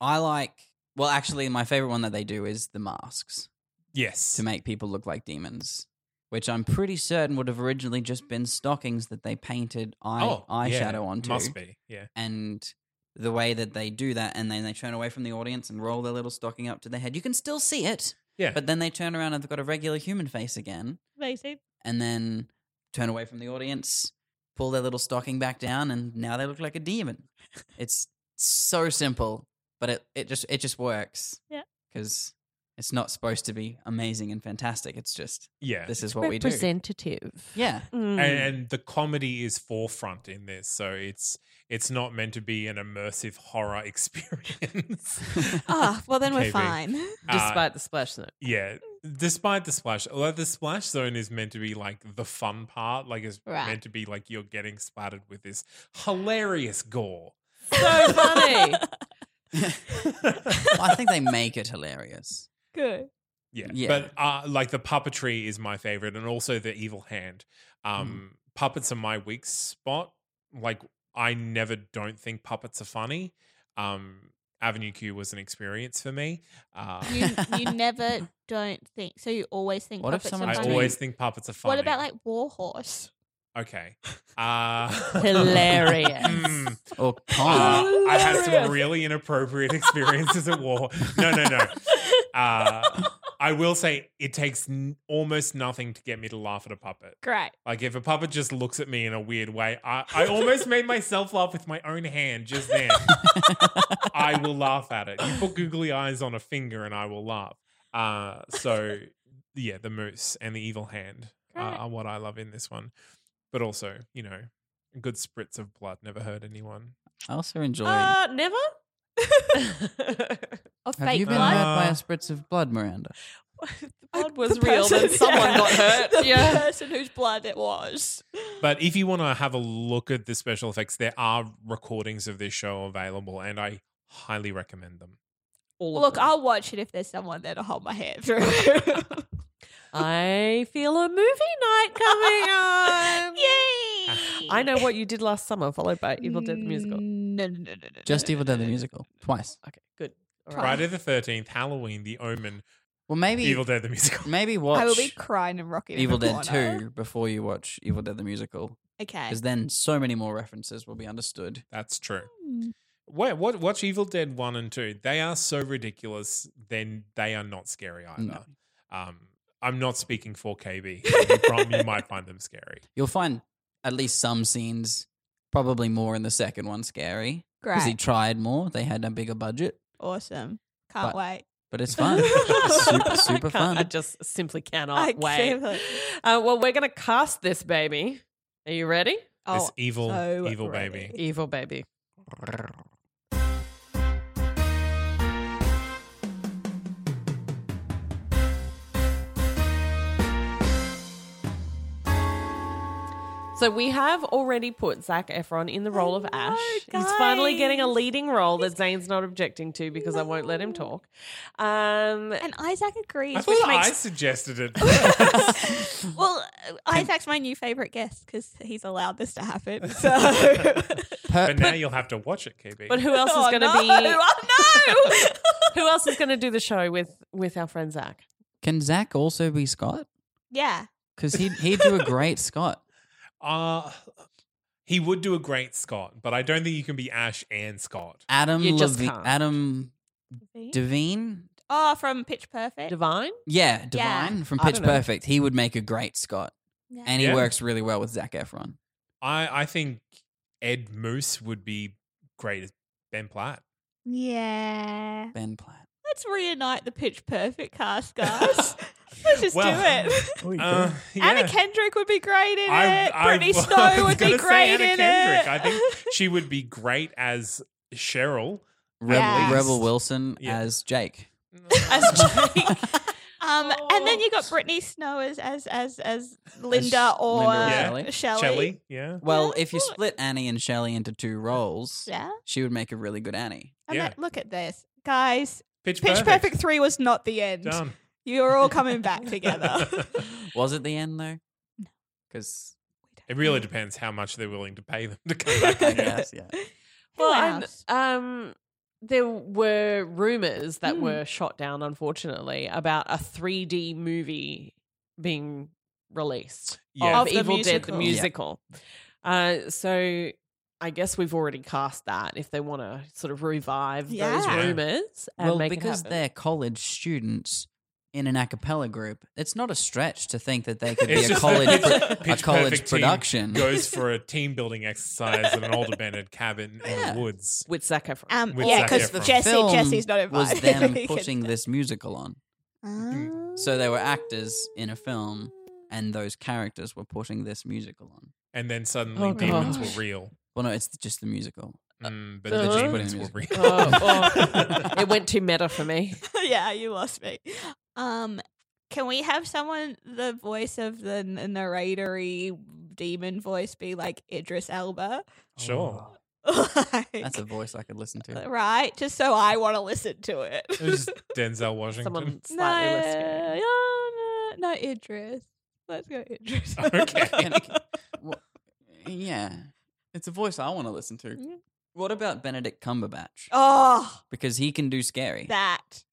I like. Well, actually, my favorite one that they do is the masks
Yes.
to make people look like demons, which I'm pretty certain would have originally just been stockings that they painted eye
Oh, yeah,
eyeshadow onto.
Must be. Yeah.
and the way that they do that and then they turn away from the audience and roll their little stocking up to their head you can still see it
Yeah.
but then they turn around and they've got a regular human face again
Amazing.
and then turn away from the audience pull their little stocking back down and now they look like a demon it's so simple but it, it just it just works
Yeah.
because it's not supposed to be amazing and fantastic it's just
yeah.
this Hmm. is what we do yeah
Mm.
and, and the comedy is forefront in this, so it's it's not meant to be an immersive horror experience.
Ah, well then
KB.
we're fine.
Uh,
Despite the splash note.
Yeah, despite the splash, although the splash zone is meant to be like the fun part, like it's
Right.
meant to be like you're getting splattered with this hilarious gore.
So funny.
i think they make it hilarious
Good.
Yeah.
Yeah.
But uh, like the puppetry is my favorite and also the evil hand.
Hmm.
Um, Puppets are my weak spot. Like, I never don't think puppets are funny. Um, Avenue Q was an experience for me.
Ah.
Uh,
You you never don't think so. You always think.
What if
puppets are
someone
I
Sometimes-
funny?
always think puppets are funny.
What about like Warhorse?
Okay. Uh,
Hilarious.
Mm.
or con
Uh, I had some
Hilarious.
really inappropriate experiences at war. No, no, no. Uh, I will say it takes n- almost nothing to get me to laugh at a puppet.
Great.
Like if a puppet just looks at me in a weird way, I, I almost made myself laugh with my own hand just then. I will laugh at it. You put googly eyes on a finger and I will laugh. Uh, so yeah, the moose and the evil hand are,
Great.
are what I love in this one. But also, you know, a good spritz of blood never hurt anyone.
i also enjoy
Ah,
Uh, never?
Or fake
Have you been
blood?
hurt by a
Uh,
spritz of blood, Miranda?
the blood was
The
real, then
person-
someone
yeah.
got hurt.
The
yeah.
person whose blood it was.
But if you want to have a look at the special effects, there are recordings of this show available, and I highly recommend them.
All of
Look,
them.
I'll watch it if there's someone there to hold my hand through. Yay!
I feel a movie night coming on. I know what you did last summer, followed by Evil Dead the musical.
No, no, no, no, no.
Just
no,
Evil
no,
Dead the
no, no.
musical twice.
Okay, good. All right.
Friday the Thirteenth, Halloween, The Omen,
Well, maybe
Evil Dead the musical.
maybe watch
I will be crying and rocking. in
Evil
the
Dead
corner.
Two before you watch Evil Dead the musical,
Okay.
because then so many more references will be understood.
That's true.
Hmm.
Wait, what? Watch Evil Dead One and Two. They are so ridiculous. Then they are not scary either.
No.
Um, I'm not speaking for KB. You prob- you might find them scary.
You'll find at least some scenes, probably more in the second one, scary because he
Great.
tried more. They had a bigger budget,
Awesome. Can't
But-
wait.
but it's fun. It's super super
I can't- I
fun.
just simply cannot
I
wait.
can't-
Uh, well, we're going to cast this baby. Are you ready?
Oh,
this evil,
so
evil
ready.
baby.
Evil baby. So we have already put Zach Efron in the role of
I
Ash.
know,
He's finally getting a
guys.
leading role that Zane's not objecting to because I won't let him
No.
talk. Um,
and Isaac agrees,
I
which
thought I
makes
suggested it.
well, Isaac's my new favorite guest because he's allowed this to happen. So.
Per-
but now you'll have to watch it, KB.
but who else is
Oh,
going to
no.
be?
Oh, no.
Who else is going to do the show with with our friend Zach?
can Zach also be Scott?
yeah.
Because he he'd do a great Scott.
Uh he would do a great Scott, but I don't think you can be Ash and Scott.
Adam
You just
Levi-
can't.
Adam Devine.
Oh, from Pitch Perfect.
Divine.
Yeah,
Yeah.
Divine from
I
Pitch
don't know.
Perfect. He would make a great Scott.
Yeah.
and he
Yeah.
works really well with Zach Efron.
I I think Ed Moose would be great as Ben Platt.
yeah.
Ben Platt.
Let's reunite the Pitch Perfect cast, guys. Let's just
Well,
do it.
Uh,
Anna
yeah.
Kendrick would be great in
I-
it.
I-
Brittany
well, I
Snow
was
would be
gonna say
great
Anna
in
Kendrick.
it.
I think she would be great as Cheryl.
Rebel,
Yeah.
Rebel Wilson
Yeah.
as Jake.
As Jake. um, and then
Oh.
you got Brittany Snow as as as, as
Linda
Linda or
or
Shelley.
Shelley.
Shelley, yeah.
Well,
Yeah,
if you
cool.
split Annie and Shelley into two roles,
Yeah.
she would make a really good Annie.
And
Yeah.
that- look at this, guys.
Pitch,
Pitch Perfect. Three was not the end.
Done.
You're all coming back together.
Was it the end though? Because
It really depends how much they're willing to pay them to come back.
I
I guess.
guess, yeah.
Who
Well,
else?
i um, there were rumors that
Mm.
were shot down, unfortunately, about a 3D movie being released
Yeah.
of
Of the
Evil Dead the
musical.
musical. Uh, so I guess we've already cast that if they want to sort of revive those
Yeah.
Yeah.
rumors and
well,
make it
because
happen.
they're college students in an a cappella group, it's not a stretch to think that they could
It's
be a
just
college
that Pitch-
pro- a
Pitch
college
Perfect team
production.
goes for a team building exercise at an old abandoned cabin in
Yeah.
the woods.
with Zac Efron.
Um,
With
yeah,
Zac
because
Efron.
Jesse,
Film
Jesse's not invited. Ah.
was them putting this musical on. So they were actors in a film, and those characters were putting this musical on.
And then suddenly
Oh,
demons
gosh.
were real.
Well, no, it's just the musical.
Uh,
Mm, but
Uh-huh.
the demons were real.
Oh, oh. it went too meta for me.
yeah, you lost me. Um, can we have someone the voice of the n- narratory demon voice be like Idris Elba?
Sure.
Oh. Like,
Oh, That's a voice I could listen to.
right, just so I want to listen to it.
It was just Denzel Washington.
Someone
no,
slightly less scary.
no, no, Idris. Let's go, Idris.
Okay.
Can- Wha- yeah, it's a voice I want to listen to. What about Benedict Cumberbatch?
Mm-hmm. oh,
Because he can do scary.
that.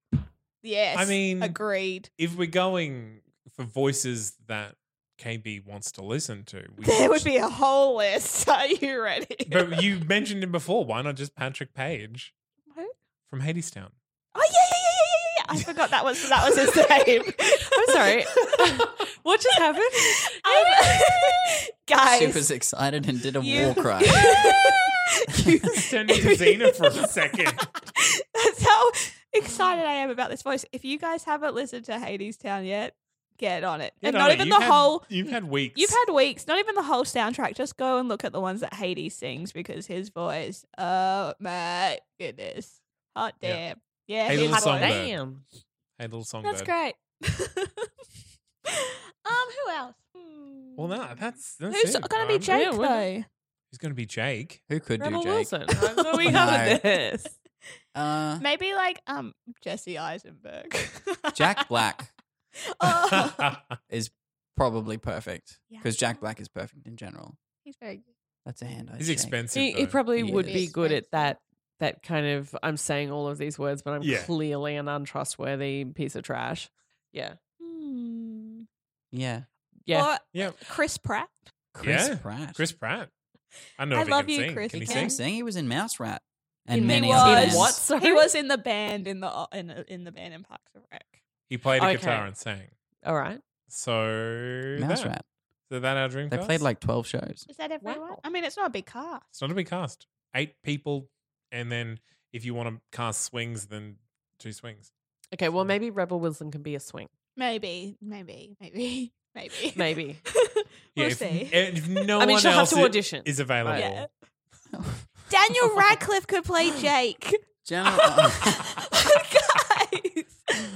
Yes.
I mean-
agreed.
If we're going for voices that KB wants to listen to, we
There would be a whole list. Are you ready?
But you mentioned him before. Why not just Patrick Page
Who?
from Hadestown?
Oh yeah, yeah, yeah, yeah, yeah, yeah. I forgot that was that was his name.
I'm sorry. what just happened?
Um, guys,
She was excited and did a
you-
war cry.
you-
Turned into Xena for a second.
That's how excited I am about this voice. If you guys haven't listened to Hades Town yet, get on it.
You
and
know,
not even
you've
the
had-
whole.
You've had weeks.
You've had weeks, not even the whole soundtrack. Just go and look at the ones that Hades sings because his voice. Oh my goodness! Hot
Yeah.
damn! Yeah,
Hey,
his
little
voice.
songbird.
Damn.
Hey, little songbird.
That's great. um, who else? Hmm.
Well, no, that's, that's
Who's
it,
gonna
Brian.
be Jake
Yeah,
though?
wouldn't-
Who's going to be Jake?
Who could
Rebel
do Jake?
Wilson. I thought we
No.
covered this.
Uh,
Maybe like um Jesse Eisenberg.
Jack Black
oh,
is probably perfect
Yeah.
because Jack Black is perfect in general.
he's very good.
That's a hand. I
He's
shake.
expensive.
He, he
though.
probably
He
would
is.
be good at that. That kind of I'm saying all of these words, but I'm
Yeah.
clearly an untrustworthy piece of trash. Yeah,
Hmm.
Yeah,
yeah.
Or
Yeah.
Chris Pratt.
Chris
Yeah.
Pratt.
Chris Pratt. I know
I
if
love
he
you,
can sing.
Chris.
Can he
You
Can
sing?
he sing? He was in Mouse Rat and
He
many
was.
other
In
bands.
what? Sorry.
He was in the band in the uh, in, the- in the band in Parks and Rec.
He played a
Okay.
guitar and sang.
All right.
So
Mouse
that.
Rat.
So that our dream
They
cast?
played like twelve shows.
Is that everyone?
Wow.
I mean, it's not a big cast.
It's not a big cast. Eight people, and then if you want to cast swings, then two swings.
Okay. Well, maybe Rebel Wilson can be a swing.
Maybe, maybe, maybe, maybe,
Maybe.
we'll
if,
see.
If no
I mean,
one
she'll have
else
to
i-
audition.
is available,
Yeah. Daniel Radcliffe could play Jake.
General. uh, Oh.
Oh Guys.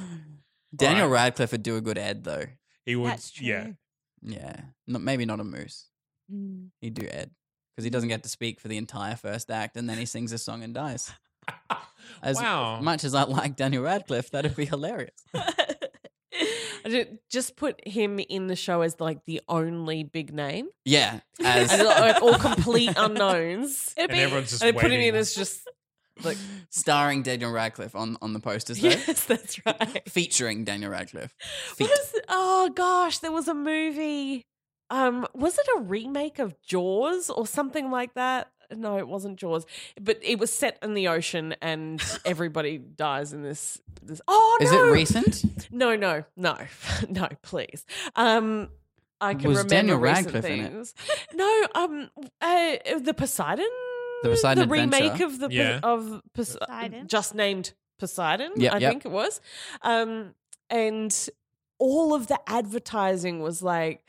Daniel Radcliffe would do a good Ed though.
he would.
That's true. Hmm.
Yeah,
Yeah, not, maybe not a moose. He'd do Ed because he doesn't get to speak for the entire first act, and then he sings a song and dies. As
Wow.
much as I like Daniel Radcliffe, that'd be hilarious.
I ju- Just put him in the show as like the only big name,
Yeah, as
and like, all complete unknowns.
It'd
and everyone's just
and
waiting.
put him in as just like
starring Daniel Radcliffe on on the posters. Though.
yes, that's right.
featuring Daniel Radcliffe. Feat.
What is? Oh gosh, there was a movie. Um, was it a remake of Jaws or something like that? No, it wasn't Jaws, but it was set in the ocean and everybody dies in this. This oh
Is
no,
it recent?
no, no, no, no, please. Um, I can
Was
remember
Daniel
recent
Radcliffe in it?
things. No, um, uh, the Poseidon,
The Poseidon
the remake
Adventure.
of the Pos-
Yeah.
of Pos-
Poseidon.
just named Poseidon.
Yep,
I
yep.
think it was, um, and all of the advertising was like,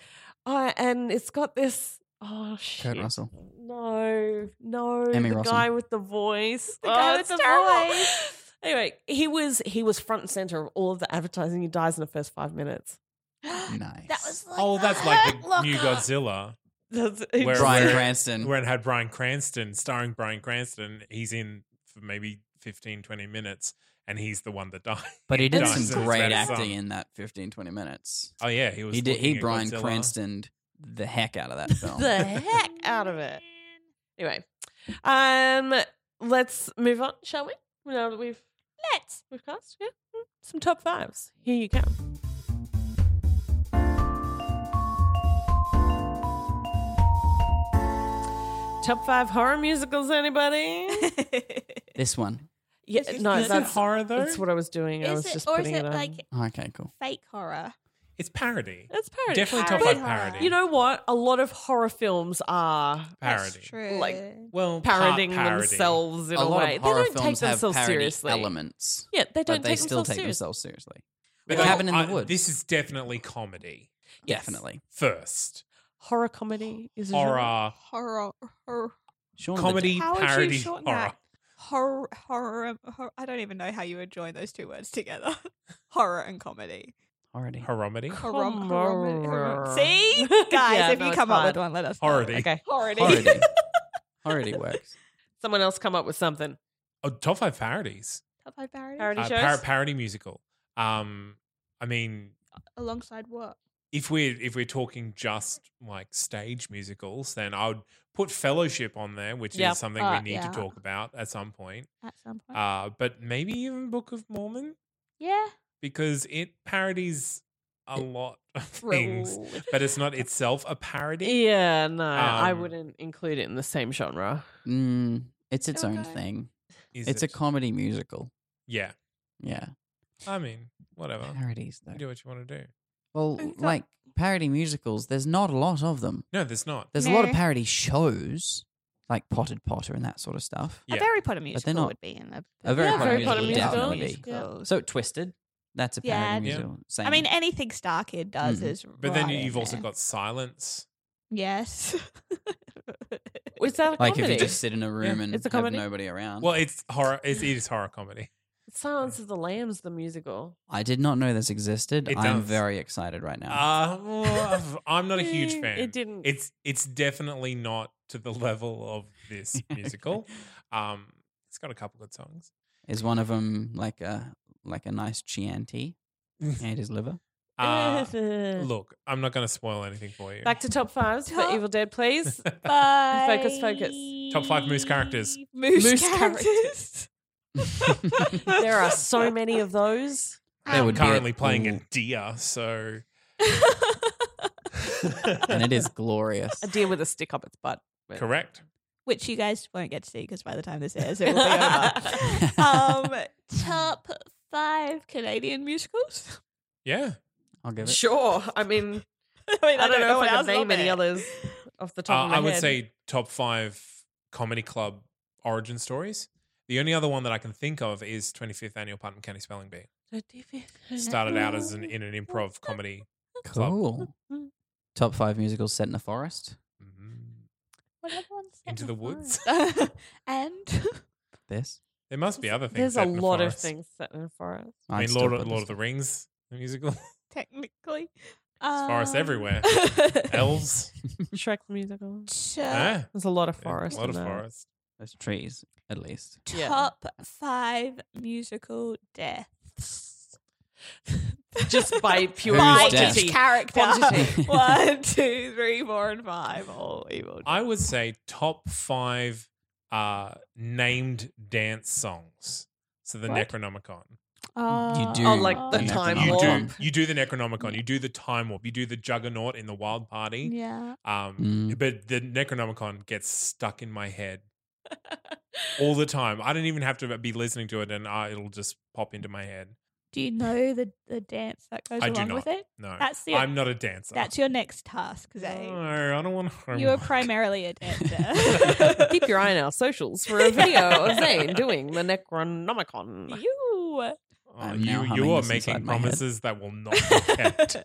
uh, and it's got this. Oh shit!
Kurt Russell.
No, no,
Emmy
the
Rossum.
guy with the voice.
The guy
Oh,
with
it's
the
terrible.
voice.
Anyway, he was he was front and center of all of the advertising. He dies in the first five minutes.
Nice.
That was like
Mm. oh,
the
that's like
Hurt
the new
Locker.
Godzilla,
That's,
Where-
Brian
where-
Cranston.
where it had Brian Cranston, starring Brian Cranston. He's in for maybe 15, 20 minutes, and he's the one that died.
but he did
Done.
some
So it's
great
better
acting
song.
in that 15, 20 minutes.
Oh, yeah, he was.
He did. He
looking at
Brian
Godzilla.
Cranston the heck out of that film.
the heck out of it. Anyway, um, let's move on, shall we? Now that we've
Let's.
we've cast, yeah, Mm, some top fives. Here you go. Top five horror musicals, anybody?
this one.
yeah, no,
Is it
that's,
horror though?
that's what I was doing. I was
Is it
just
or is
putting it,
it
on.
like
Okay, cool.
fake horror?
it's parody.
it's parody.
Definitely top
Parody
five
horror.
parody.
You know what? A lot of horror films are
parody.
That's true.
Like-
Well, part
parodying
parody.
themselves in
a
a,
lot
way.
of horror
they don't
films
take
have
themselves
parody
seriously.
elements,
Yeah, they don't
but they
take
still
themselves
take
seriously.
themselves seriously.
But
Like
I-
Cabin in the
I-
Woods.
This is definitely comedy
Yes.
Definitely.
first.
Horror comedy is a genre.
Horror,
horror, horror,
Sean the
comedy,
Dead.
How would you
parody, horror.
shorten that? horror, horror, horror. I don't even know how you would join those two words together. horror and comedy.
Already.
Horromedy.
Horom- horom- horom-
Horror.
See, guys,
Yeah,
if
no,
you
it's
come up with
fine.
one, let us. know.
Horror.
Okay,
Horror.
Already. Already works.
someone else come up with something.
Oh, top five parodies.
Top five parody.
Parody
Uh,
shows.
par- parody musical. Um, I mean,
alongside what?
if we're if we're talking just like stage musicals, then I would put Fellowship on there, which
Yep.
is something
Uh,
we need
yeah.
to talk about at some point.
At some point.
Uh, but maybe even Book of Mormon
yeah.
because it parodies a
It-
lot of things, but it's not itself a parody.
yeah, no, I
Um,
wouldn't include it in the same genre.
Mm, it's its own
Okay.
thing.
Is
it's
it?
a comedy musical.
yeah.
Yeah.
I mean,
Oh.
whatever.
Parodies,
You
though.
do what you want to do.
Well,
I thought-
like parody musicals, there's not a lot of them.
No, there's not.
There's a lot of
No.
parody shows, like Potted Potter and that sort of stuff.
Yeah.
A Very Potter musical
not-
would be in a,
A Very
Yeah, Potter Very Potter musical musical.
definitely So Twisted, that's a
Yeah,
parody
Yeah.
musical. Same.
I mean, anything Star Kid does
Mm.
is.
But then
right
you-
in
you've also
there.
got Silence.
yes.
Is that a
like
comedy?
if you just sit in a room and
it's a
have
comedy.
nobody around.
Well, it's horror. It's, it is horror comedy.
Silence of the Lambs, the musical.
I did not know this existed.
It
I'm
does.
very excited right now.
Uh, well, I'm not a huge
Eh,
fan.
It didn't.
It's it's definitely not to the level of this musical. Um, it's got a couple good songs.
Is one of them like a like a nice Chianti and his liver?
Eh,
Uh, look, I'm not going to spoil anything for you.
Back to top fives
Top-
for Evil Dead, please.
Bye.
Focus, focus.
Top five moose characters.
Moose,
Moose
characters.
there are so many of those.
There
I'm
would be a-
currently playing a
Ooh.
deer, so
and it is glorious.
A deer with a stick up its butt. But-
correct.
Which you guys won't get to see because by the time this airs, it will be over. um, top five Canadian musicals.
Yeah,
I'll give it.
Sure. I mean,
I, mean,
I don't know
what
if I can
else is
name
on
any
there.
others off the
uh,
top of my
I would
head.
say top five comedy club origin stories. The only other one that I can think of is 25th annual Putnam County Spelling Bee. Started out as an in an improv comedy. club.
Cool. Top five musicals set in the forest.
Mhm.
What other ones set
Into
in
the woods.
forest? and
This.
There must be other things.
There's a
set in the
lot of
forest.
things set in forest.
I
I'd
mean,
still
Lord of,
put
Lord
this-
of the Rings, the musical.
technically,
forests
um,
everywhere. Elves.
Shrek the musical.
to-
Eh?
There's a lot of
Yeah,
forest.
A lot
in
of
that.
forest.
There's trees, at least.
Yeah.
Top five musical deaths.
Just by pure
by
death?
each character.
Quantity.
One, two, three, four, and five. All evil.
I would say top five uh, named dance songs. So the
What?
Necronomicon.
Uh,
do.
Oh, like the
You have to
time
You
know the
do
warp.
top.
you do the Necronomicon. You do the Time Warp. You do the Juggernaut in the Wild Party.
Mm. Yeah.
Um,
Mm.
But the Necronomicon gets stuck in my head all the time. I don't even have to be listening to it, and uh, it'll just pop into my head.
Do you know the, the dance that goes
I do
along
not.
with it?
No,
That's the
I'm not a dancer.
that's your next task, Zay.
No, I don't Oh, want homework.
you are primarily a dancer.
Keep
Keep your eye on our socials for a video of Zane doing the Necronomicon.
you.
Oh,
I'm now
you
humming
you are
this inside
making
my head.
promises that will not be kept.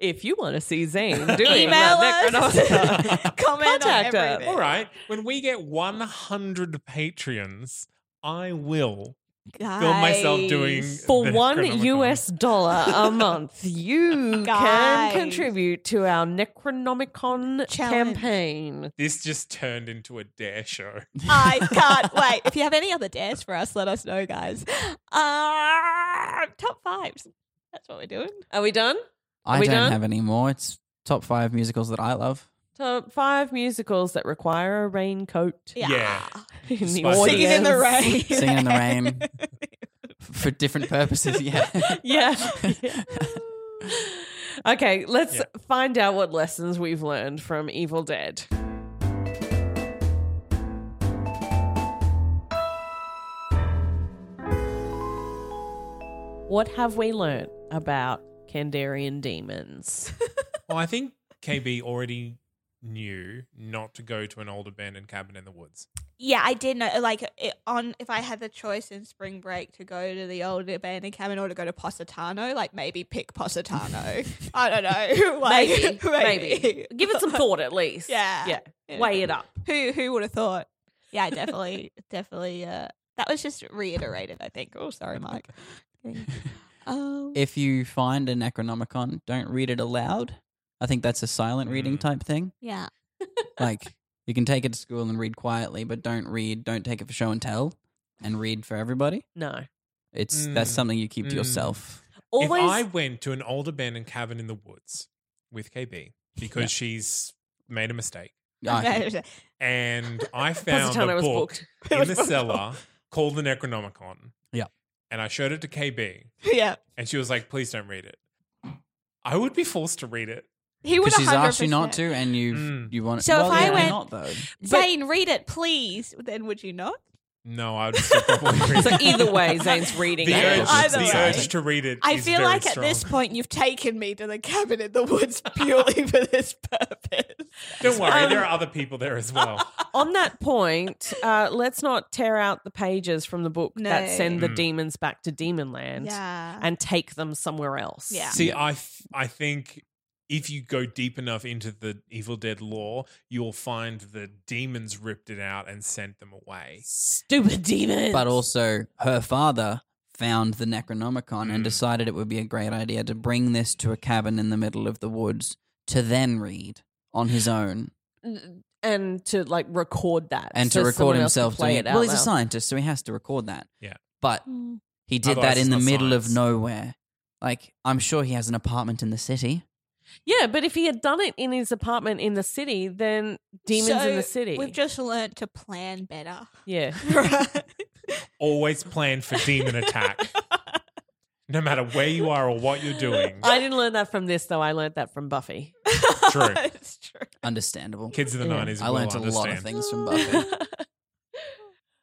If you want to see Zane doing
Email
that Necronomicon,
us. Comment
Contact us.
on everything.
All right. When we get 100 Patreons, I will film myself doing
Guys.
for
the
one
Necronomicon.
US dollar a month, you
Guys.
can contribute to our Necronomicon
Challenge.
campaign.
This just turned into a dare show.
I can't wait. If you have any other dance for us, let us know, guys. Uh, top fives. That's what we're doing.
Are we done?
I
we
don't
done?
have any more. It's top five musicals that I love.
Top five musicals that require a raincoat.
Yeah.
Yeah.
In the
Spicy.
Singing in the
audience.
rain.
Singing in the rain. For different purposes, yeah.
yeah. Yeah. okay, let's
Yeah.
find out what lessons we've learned from Evil Dead. What have we learned about Kandarian demons?
Well, I think KB already knew not to go to an old abandoned cabin in the woods.
Yeah, I did know. Like it, on, if I had the choice in spring break to go to the old abandoned cabin or to go to Positano, like maybe pick Positano. I don't know. Like,
maybe, maybe, Give it some thought at least.
Yeah.
Yeah.
Yeah.
Weigh it up.
Who who would have thought? Yeah, definitely, definitely. Uh, that was just reiterated. I think. Oh, sorry, Mike. Um,
If you find a Necronomicon, don't read it aloud. I think that's a silent reading
Mm.
type thing.
yeah.
Like you can take it to school and read quietly, but don't read. Don't take it for show and tell, and read for everybody.
No.
It's that's
Mm.
something you keep
Mm.
to yourself.
Always
If I went to an old abandoned cabin in the woods with KB because she's made a mistake
I think-
and I found
Positano
a
was
book
booked.
in the cellar called the Necronomicon.
Yeah.
And I showed it to KB
yeah.
and she was like, please don't read it. I would be forced to read it.
He would
Because she's
have
asked you not to, and you
Mm.
you want.
So if
well,
I
yeah,
went-
not though.
Zane, read it, please. Then would you not?
No, I would still probably read
So
it.
either way, Zane's reading
the
it.
urge,
Either
the
way.
urge to read it.
I
is
feel
very
like
strong.
at this point you've taken me to the cabin in the woods purely for this purpose.
Don't worry,
Um,
there are other people there as well.
On that point, uh, let's not tear out the pages from the book that
No.
send the
Mm.
demons back to Demonland
Yeah.
and take them somewhere else.
Yeah.
See, I, f- I think if you go deep enough into the Evil Dead lore, you'll find the demons ripped it out and sent them away.
Stupid demons.
But also, her father found the Necronomicon
Mm.
and decided it would be a great idea to bring this to a cabin in the middle of the woods to then read on his own
and to like record that
and
so
to
someone
record
else can
himself
play
doing
it
it.
out
Well, he's a
loud.
scientist, so he has to record that.
Yeah.
But
Mm.
he did
Otherwise
that
it's
in the
not
middle of
science.
nowhere. Like, I'm sure he has an apartment in the city.
Yeah, but if he had done it in his apartment in the city, then demons in
So
the city.
We've just learned to plan better.
yeah.
Right.
Always plan for demon attack, no matter where you are or what you're doing.
I didn't learn that from this though. I learned that from Buffy.
True.
it's true.
Understandable.
Kids of the
Yeah.
90s
I
will
learnt a
understand.
lot of things from Buffy.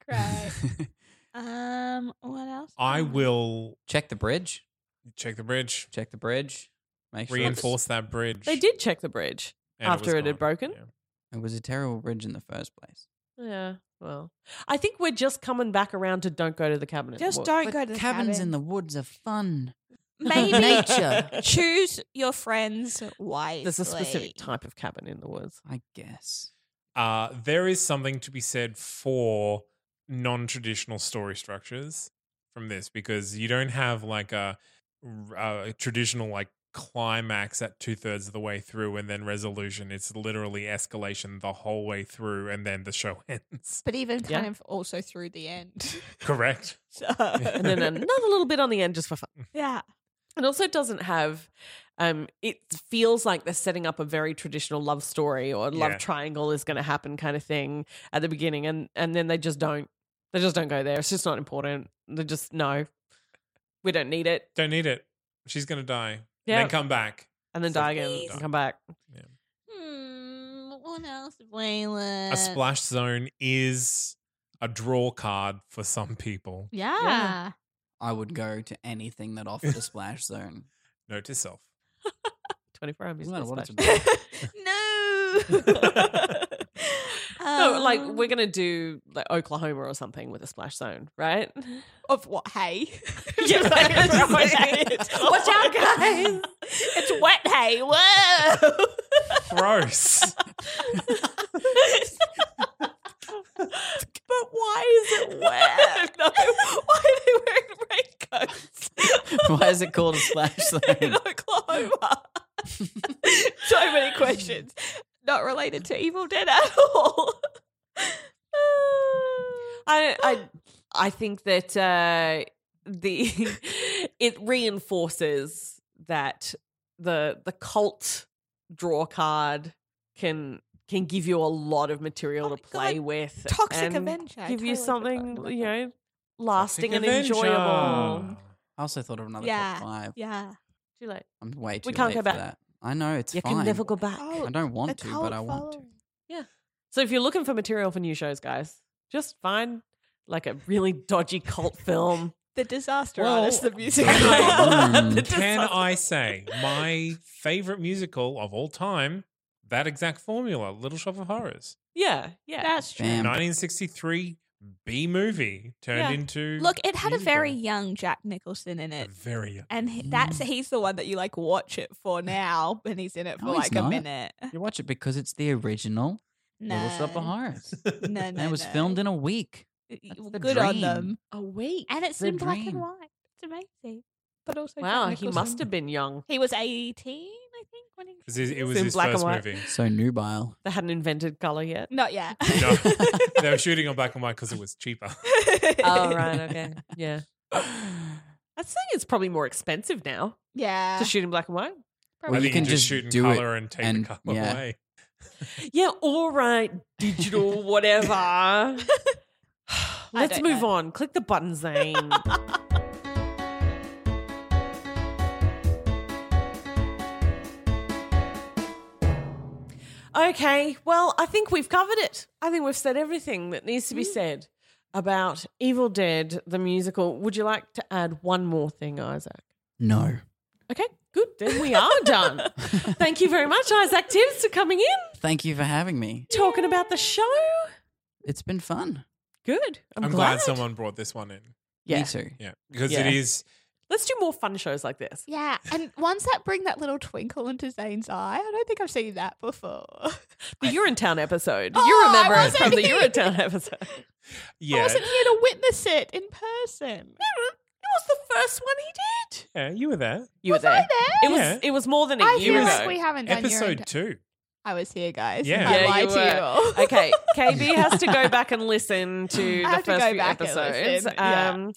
Great. Um, what else? Um,
I will
check the bridge.
check the bridge,
Check the bridge. Make sure it's-
reinforce that bridge.
they did check the bridge.
and
after
was
it had
gone.
broken.
Yeah.
It was a terrible bridge in the first place.
Oh
Yeah. Well, I think we're just coming back around to don't go to the cabinet.
Just
Well,
don't
But
go to the
cabins
cabin.
in the woods are fun.
Maybe
Nature.
choose your friends wisely.
There's a specific type of cabin in the woods.
I guess.
uh, there is something to be said for non-traditional story structures from this because you don't have like a, uh, a traditional like climax at two thirds of the way through and then resolution. It's literally escalation the whole way through and then the show ends.
but even kind
Yeah.
of also through the end.
Correct.
So-
And then another little bit on the end just for fun.
yeah,
It also doesn't have. Um, it feels like they're setting up a very traditional love story or love
Yeah.
triangle is going to happen kind of thing at the beginning, and and then they just don't. They just don't go there. It's just not important. They just no. We don't need it.
Don't need it. She's gonna die. Yeah.
Yeah,
Then come back.
and then
So-
die again and come back.
Hmm. What else, Waylon?
Uh.
A splash zone is a draw card for some people.
Yeah.
Yeah.
I would go to anything that offered a splash zone.
Note to self.
24 hour
Isn't that
musical
what it's
space.
about?
no.
No, like
Um,
we're gonna do like Oklahoma or something with a splash zone, right?
of what hay?
Yeah, right, right.
Watch out, guys! It's wet hay. Whoa!
Gross.
but why is it wet?
no, why are they wearing raincoats
Why is it called a splash
in
zone?
Oklahoma. so many questions, not related to Evil Dead at all.
I I I think that uh, the it reinforces that the the cult draw card can can give you a lot of material
Oh my
to play
God.
with.
Toxic
and
Avenger. I
Give you
totally forgot
something
about
you
that.
know lasting and
Toxic
enjoyable.
Avenger.
I also thought of another
Yeah.
top five.
Yeah.
Too late.
I'm way too
We can't
late
go
for
back.
that. I know it's
You
fine.
can never go back.
Oh,
I don't want
A
to, but
cult
I want to.
following.
So if you're looking for material for new shows, guys, just find like a really dodgy cult film.
The disaster
Well,
artist, the music.
mm,
The
Hmm. Can
disaster-
I say my favorite musical of all time? That exact formula, Little Shop of Horrors.
Yeah, yeah.
That's true.
Bam.
1963 B movie turned
Yeah.
into.
Look, it had a very
musical.
young Jack Nicholson in it.
Very young.
And he, that's
Mm.
he's the one that you like watch it for now, and he's in it for
No, he's
like a
not.
minute.
You watch it because it's the original
No,
Little Shop of Horrors.
No, no,
and it was filmed in a week. that's the
good on
dream.
them,
a week.
and it's
The
in black
dream.
and white. It's amazing. But also,
Wow, he must have been young.
He was eighteen, I think, when he.
'Cause It it was
in
his
black and
first
white.
movie.
So nubile.
They hadn't invented color yet.
Not yet.
No. they were shooting on black and white because it was cheaper.
oh right, okay, yeah. I'd say it's probably more expensive now
Yeah.
to shoot in black and white.
Well,
I
you
think
can
you
just
just shoot in
do it
color and take
and-
the color
yeah.
away.
Yeah, all right, digital, whatever. Let's
don't
move
know.
on. Click the button, Zane. okay, well, I think we've covered it. I think we've said everything that needs to be
Mm.
said about Evil Dead, the musical. Would you like to add one more thing, Isaac?
No.
Okay, good. Then we are done. Thank you very much, Isaac Tibbs, for coming in,
Thank you for having me.
talking about the show.
It's been fun.
Good. I'm,
I'm glad someone brought this one in.
Yeah.
Me too.
Yeah. Because
Yeah.
it is.
Let's do more fun shows like this.
Yeah, and ones that bring that little twinkle into Zane's eye, I don't think I've seen that before.
The
I-
Urinetown episode.
Oh,
you
I
remember it
wasn't
from the
here.
Urinetown episode.
I
Yeah.
wasn't here to witness it in person.
It was the first one he did.
Yeah, you were there.
You
Was
were there.
I there?
It was.
Yeah.
It was more than a
I
year
feel
were
like
ago.
we haven't done your.
Episode two.
I was here, guys.
Yeah.
I
Yeah,
lied
you
to
were.
you all.
okay, KB has to go back and listen to
I
the
have to
first
go
few
back and
episodes.
listen, yeah.
Um,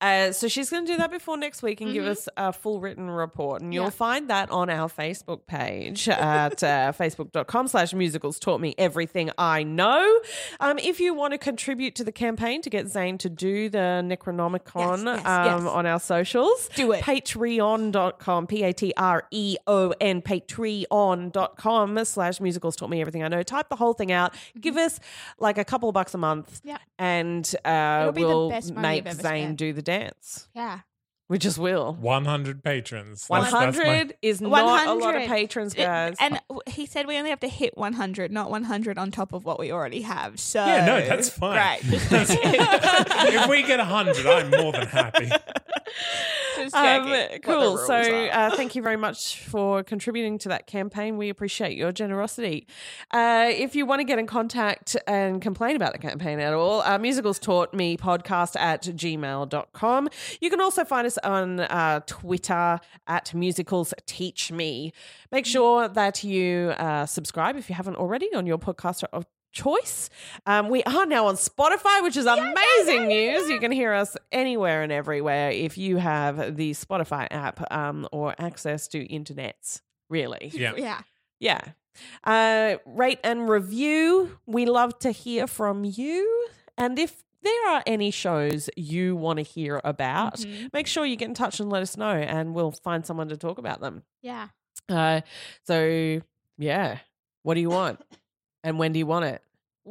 uh, so she's going to do that before next week and give
Mhm.
us a full written report, and you'll
Yeah.
find that on our Facebook page at uh, facebook.com/slash musicals taught me everything I know. Um, if you want to contribute to the campaign to get Zane to do the Necronomicon
Yes, yes,
um,
yes.
on our socials,
Do it.
patreon.com E p-a-t-r-e-o-n patreon.com slash musicals taught me everything i know type the whole thing out give us like a couple of bucks a month
Mm-hmm. Yeah.
and uh,
It'll be the
we'll
best money
make
you've ever
zane
spent.
do the dance
yeah.
we just will
100 patrons. That's- that's my-
100 is not a lot of
100.
patrons
It-
guys
and w- he said we only have to hit 100, not 100 on top of what we already have. So
Yeah, no, that's fine.
Right. Just checking.
if we get 100, I'm more than happy.
Just checking
um,
what the
cool.
rules
So,
are.
uh, thank you very much for contributing to that campaign. We appreciate your generosity. Uh, if you want to get in contact and complain about the campaign at all, uh, musicals taught me podcast at gmail.com. You can also find us on uh, Twitter at musicals teach me. Make sure that you uh, subscribe if you haven't already on your podcaster of choice. Um, we are now on Spotify, which is amazing news. You can hear us anywhere and everywhere if you have the Spotify app um, or access to internets, really.
Yeah.
yeah.
Yeah. Uh, rate and review. We love to hear from you. And if there are any shows you want to hear about,
Mhm.
make sure you get in touch and let us know, and we'll find someone to talk about them.
Yeah.
Uh, so, yeah. What do you want? And when do you want it?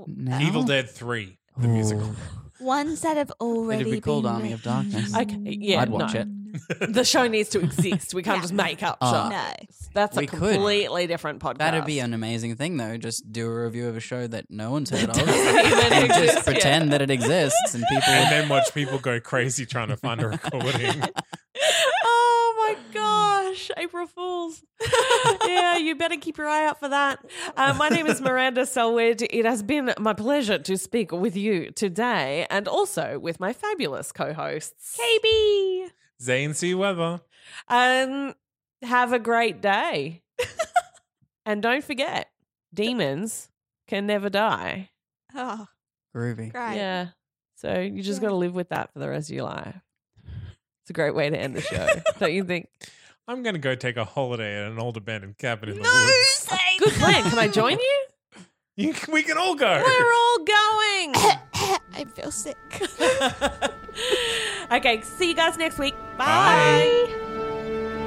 Now?
Evil Dead 3, the musical.
Ooh.
Ones that have already
be called
been
Army of
written.
Darkness.
Okay, yeah,
I'd watch
no.
it.
The show needs to exist. We can't
Yeah.
just make up
Oh.
shots.
No.
That's
We
a
could.
completely different podcast.
That'd be an amazing thing, though. Just do a review of a show that no one's heard of,
even
and
exist, yeah.
just pretend that it exists, and people.
and then watch people go crazy trying to find a recording.
oh my gosh, April Fools. yeah, you better keep your eye out for that. Uh, my name is Miranda Selwood. It has been my pleasure to speak with you today and also with my fabulous co hosts.
KB.
Zane C. Weber.
Um, have a great day. and don't forget, demons can never die.
Oh,
Groovy.
great.
Yeah. So you just
Yeah.
got to live with that for the rest of your life. It's a great way to end the show, don't you think?
I'm going to go take a holiday at an old abandoned cabin in the
No,
woods.
say
Good plan. Can I join you?
You, we can all go.
We're all going.
I feel sick.
okay, see you guys next week. Bye.
Bye.